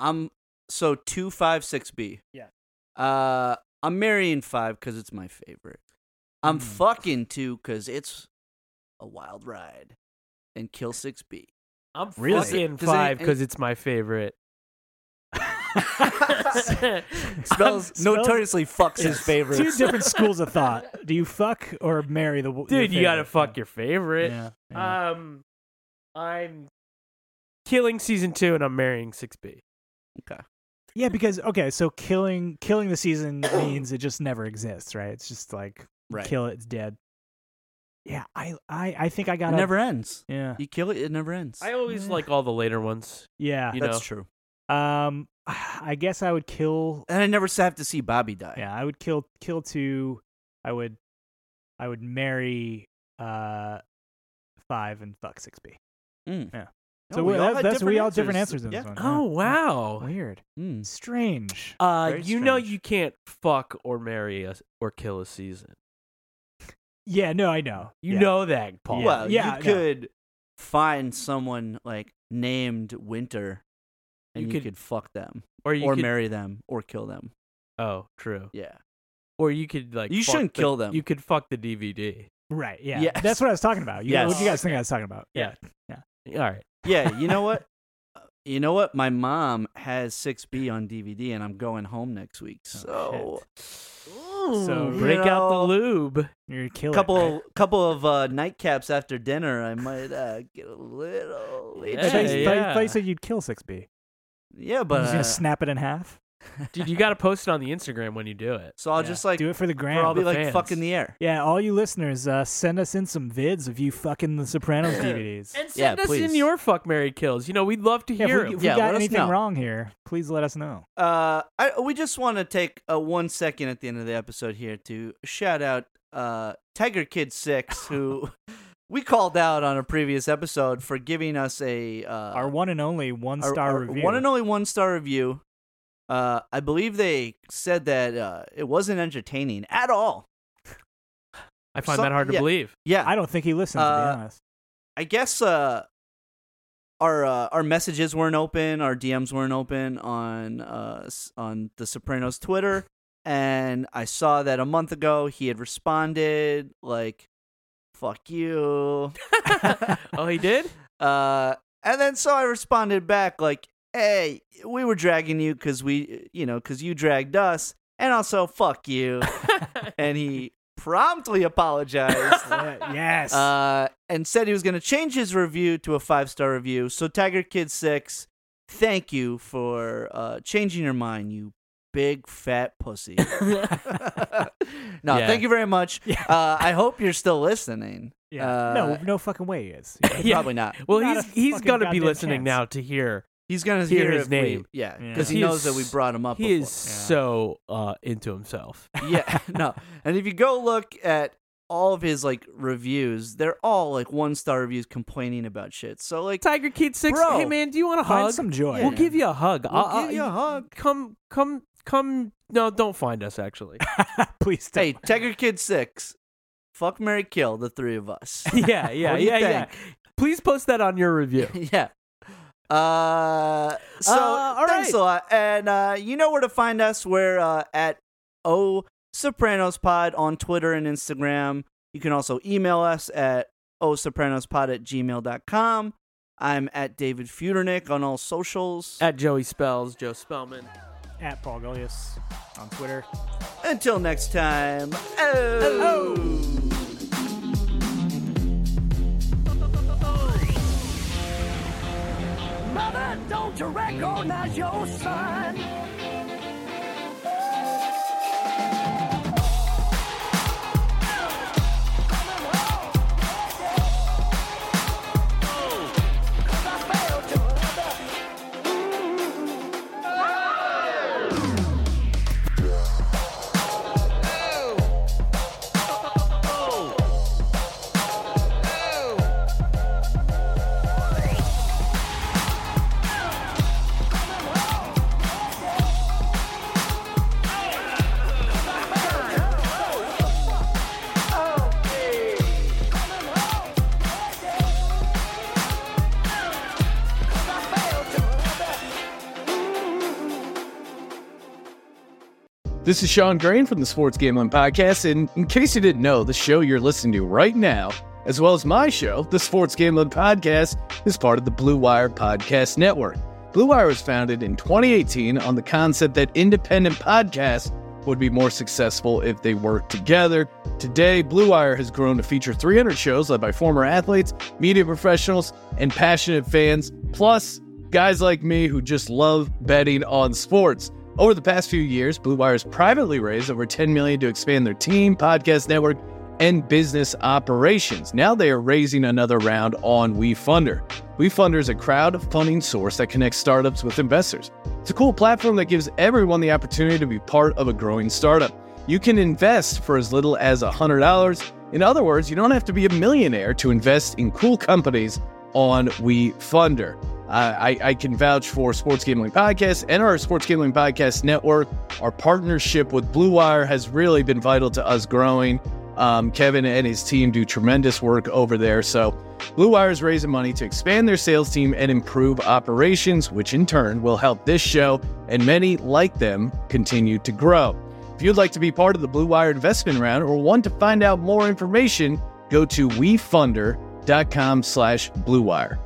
Speaker 1: I'm so two five six B.
Speaker 2: Yeah.
Speaker 1: Uh, I'm marrying five because it's my favorite. I'm
Speaker 2: Mm.
Speaker 1: fucking two because it's a wild ride, and kill six B.
Speaker 3: I'm
Speaker 2: Really?
Speaker 3: fucking
Speaker 1: Does it-
Speaker 3: five because it's my favorite.
Speaker 1: Spells
Speaker 2: Spells-
Speaker 1: notoriously fucks his favorite.
Speaker 2: Two different schools of thought. Do you fuck or marry the wo- your
Speaker 3: Dude, you gotta
Speaker 2: favorite?
Speaker 3: fuck your favorite.
Speaker 2: Yeah. yeah.
Speaker 3: Um, I'm killing season two, and I'm marrying six B.
Speaker 2: Yeah, because okay, so killing killing the season means it just never exists, right? It's just like
Speaker 1: right.
Speaker 2: kill it, it's dead. yeah, I I I think I
Speaker 1: It
Speaker 2: got
Speaker 1: never ends.
Speaker 2: Yeah,
Speaker 1: You kill it, it never ends.
Speaker 3: I always
Speaker 2: Yeah.
Speaker 3: like all the later ones.
Speaker 2: yeah.
Speaker 3: you
Speaker 1: That's
Speaker 3: know.
Speaker 1: true.
Speaker 2: Um, I guess I would kill.
Speaker 1: And I never s- have to see Bobby die.
Speaker 2: Yeah, I would kill kill two. I would, I would marry uh five and fuck six B.
Speaker 1: Mm.
Speaker 2: Yeah.
Speaker 1: No,
Speaker 2: So we
Speaker 1: all
Speaker 2: that-
Speaker 1: had
Speaker 2: that's we all had different answers in
Speaker 1: Yeah.
Speaker 2: this one.
Speaker 3: Oh
Speaker 2: yeah.
Speaker 3: wow.
Speaker 2: weird,
Speaker 1: Mm.
Speaker 2: strange.
Speaker 3: Uh,
Speaker 1: Very
Speaker 3: you know
Speaker 1: strange.
Speaker 3: you can't fuck or marry us or kill a season.
Speaker 2: Yeah, no, I know.
Speaker 3: You
Speaker 2: Yeah.
Speaker 3: know that, Paul.
Speaker 1: Well,
Speaker 2: Yeah, no.
Speaker 1: you could find someone like named Winter, and
Speaker 3: You
Speaker 1: you,
Speaker 3: could-
Speaker 1: could, fuck them,
Speaker 3: or you
Speaker 1: or
Speaker 3: could,
Speaker 1: marry them, or kill them.
Speaker 3: Oh, true.
Speaker 1: Yeah.
Speaker 3: Or you could like
Speaker 1: You
Speaker 3: fuck
Speaker 1: shouldn't
Speaker 3: the-
Speaker 1: kill them.
Speaker 3: You could fuck the DVD.
Speaker 2: Right. Yeah.
Speaker 1: Yes.
Speaker 2: That's what I was talking about. Yeah. What do you
Speaker 1: Yes.
Speaker 2: guys think I was talking about?
Speaker 3: Yeah. All right.
Speaker 1: Yeah. You know what? Uh, you know what? My mom has Six B on DVD, and I'm going home next week. So,
Speaker 2: Oh, So-
Speaker 1: you
Speaker 3: break out the
Speaker 1: know,
Speaker 3: lube.
Speaker 2: You're killing.
Speaker 1: Couple, couple of uh, nightcaps after dinner. I might uh, get a little.
Speaker 3: Yeah,
Speaker 2: I thought you-
Speaker 1: itchy.
Speaker 2: thought you-
Speaker 3: yeah.
Speaker 2: thought you said you'd kill six B.
Speaker 1: yeah,
Speaker 2: But
Speaker 1: but
Speaker 2: he's gonna
Speaker 1: uh,
Speaker 2: snap it in half.
Speaker 3: Dude, you got to post it on the Instagram when you do it.
Speaker 1: so I'll
Speaker 2: Yeah.
Speaker 1: just like
Speaker 2: do it for the gram.
Speaker 1: I'll
Speaker 3: all
Speaker 1: be
Speaker 3: the
Speaker 1: like
Speaker 3: fans.
Speaker 1: fucking the air.
Speaker 2: Yeah, all you listeners, uh, send us in some vids of you fucking the Sopranos DVDs.
Speaker 3: And
Speaker 1: Yeah,
Speaker 3: send us in
Speaker 1: please.
Speaker 3: your fuck Mary kills. You know, we'd love to
Speaker 2: yeah, if
Speaker 3: hear
Speaker 2: we,
Speaker 3: 'em.
Speaker 2: if we
Speaker 1: Yeah, let
Speaker 2: got
Speaker 1: us
Speaker 2: anything
Speaker 1: know.
Speaker 2: wrong here, please let us know.
Speaker 1: Uh, I we just want to take uh, one second at the end of the episode here to shout out uh Tiger Kid Six, who we called out on a previous episode for giving us a uh,
Speaker 2: Our one and only one
Speaker 1: our-
Speaker 2: star
Speaker 1: our
Speaker 2: review.
Speaker 1: one and only one star review. Uh, I believe they said that uh, it wasn't entertaining at all.
Speaker 3: I find
Speaker 1: some-
Speaker 3: that hard to
Speaker 1: yeah.
Speaker 3: believe.
Speaker 1: Yeah,
Speaker 2: I don't think he listens. to
Speaker 1: Uh,
Speaker 2: be honest.
Speaker 1: I guess uh, our uh, our messages weren't open, our DMs weren't open on uh, s- on the Sopranos Twitter, and I saw that a month ago he had responded like, "Fuck you,"
Speaker 3: oh, he did?
Speaker 1: uh, and then so I responded back like, "Hey, we were dragging you because we, you know, because you dragged us, and also fuck you," and he promptly apologized.
Speaker 2: Yeah, yes.
Speaker 1: Uh, and said he was going to change his review to a five star review. So, Tiger Kid 6, thank you for uh, changing your mind, you big fat pussy. no,
Speaker 3: Yeah.
Speaker 1: thank you very much.
Speaker 2: Yeah.
Speaker 1: Uh, I hope you're still listening.
Speaker 2: yeah.
Speaker 1: uh,
Speaker 2: no, no fucking way he is.
Speaker 3: Yeah.
Speaker 1: Probably not.
Speaker 3: Well,
Speaker 2: Not
Speaker 3: he's
Speaker 2: a
Speaker 3: he's
Speaker 2: fucking
Speaker 3: got to be
Speaker 2: goddamn
Speaker 3: listening
Speaker 2: chance.
Speaker 3: now to hear.
Speaker 1: He's going to
Speaker 3: Hear
Speaker 1: hear
Speaker 3: his
Speaker 1: if
Speaker 3: name.
Speaker 1: We, yeah,
Speaker 2: Yeah.
Speaker 1: because he,
Speaker 3: He
Speaker 1: knows
Speaker 3: is-
Speaker 1: that we brought him up
Speaker 3: He
Speaker 1: before.
Speaker 3: is so uh, into himself.
Speaker 1: yeah, no. And if you go look at all of his like reviews, they're all like one star reviews complaining about shit. So like
Speaker 3: Tiger Kid Six.
Speaker 1: Bro,
Speaker 3: hey man, do you want a
Speaker 2: Find
Speaker 3: hug?
Speaker 2: some joy.
Speaker 3: We'll
Speaker 1: Yeah.
Speaker 3: give you a hug. Uh,
Speaker 1: We'll give you a hug.
Speaker 3: Come, come, come. No, don't find us. Actually,
Speaker 2: please
Speaker 1: Hey,
Speaker 2: don't.
Speaker 1: Tiger Kid Six, fuck Mary Kill, the three of us.
Speaker 3: yeah, yeah,
Speaker 1: What do you
Speaker 3: yeah, yeah. Please post that on your review.
Speaker 1: yeah. Uh, so
Speaker 3: Uh, all
Speaker 1: thanks
Speaker 3: right.
Speaker 1: a lot, and uh, you know where to find us. We're uh, at O Sopranos Pod on Twitter and Instagram. You can also email us at osopranospod at gmail.com. I'm at David Futernick on all socials.
Speaker 3: At Joey Spells, Joe Spellman.
Speaker 2: At Paul Gullius on Twitter.
Speaker 1: Until next time. oh.
Speaker 4: Mother, don't you recognize your son?
Speaker 5: This is Sean Grain from the Sports Gambling Podcast, and in case you didn't know, the show you're listening to right now, as well as my show, the Sports Gambling Podcast, is part of the Blue Wire Podcast Network. Blue Wire was founded in 2018 on the concept that independent podcasts would be more successful if they worked together. Today, Blue Wire has grown to feature 300 shows led by former athletes, media professionals, and passionate fans, plus guys like me who just love betting on sports. Over the past few years, Blue Wire's privately raised over 10 million to expand their team, podcast network, and business operations. Now they are raising another round on WeFunder. WeFunder is a crowdfunding source that connects startups with investors. It's a cool platform that gives everyone the opportunity to be part of a growing startup. You can invest for as little as $100. In other words, you don't have to be a millionaire to invest in cool companies on WeFunder. Uh, I, I can vouch for Sports Gambling Podcast and our Sports Gambling Podcast Network. Our partnership with Blue Wire has really been vital to us growing. Um, Kevin and his team do tremendous work over there. So, Blue Wire is raising money to expand their sales team and improve operations, which in turn will help this show and many like them continue to grow. If you'd like to be part of the Blue Wire investment round or want to find out more information, go to wefunder.com slash Blue Wire.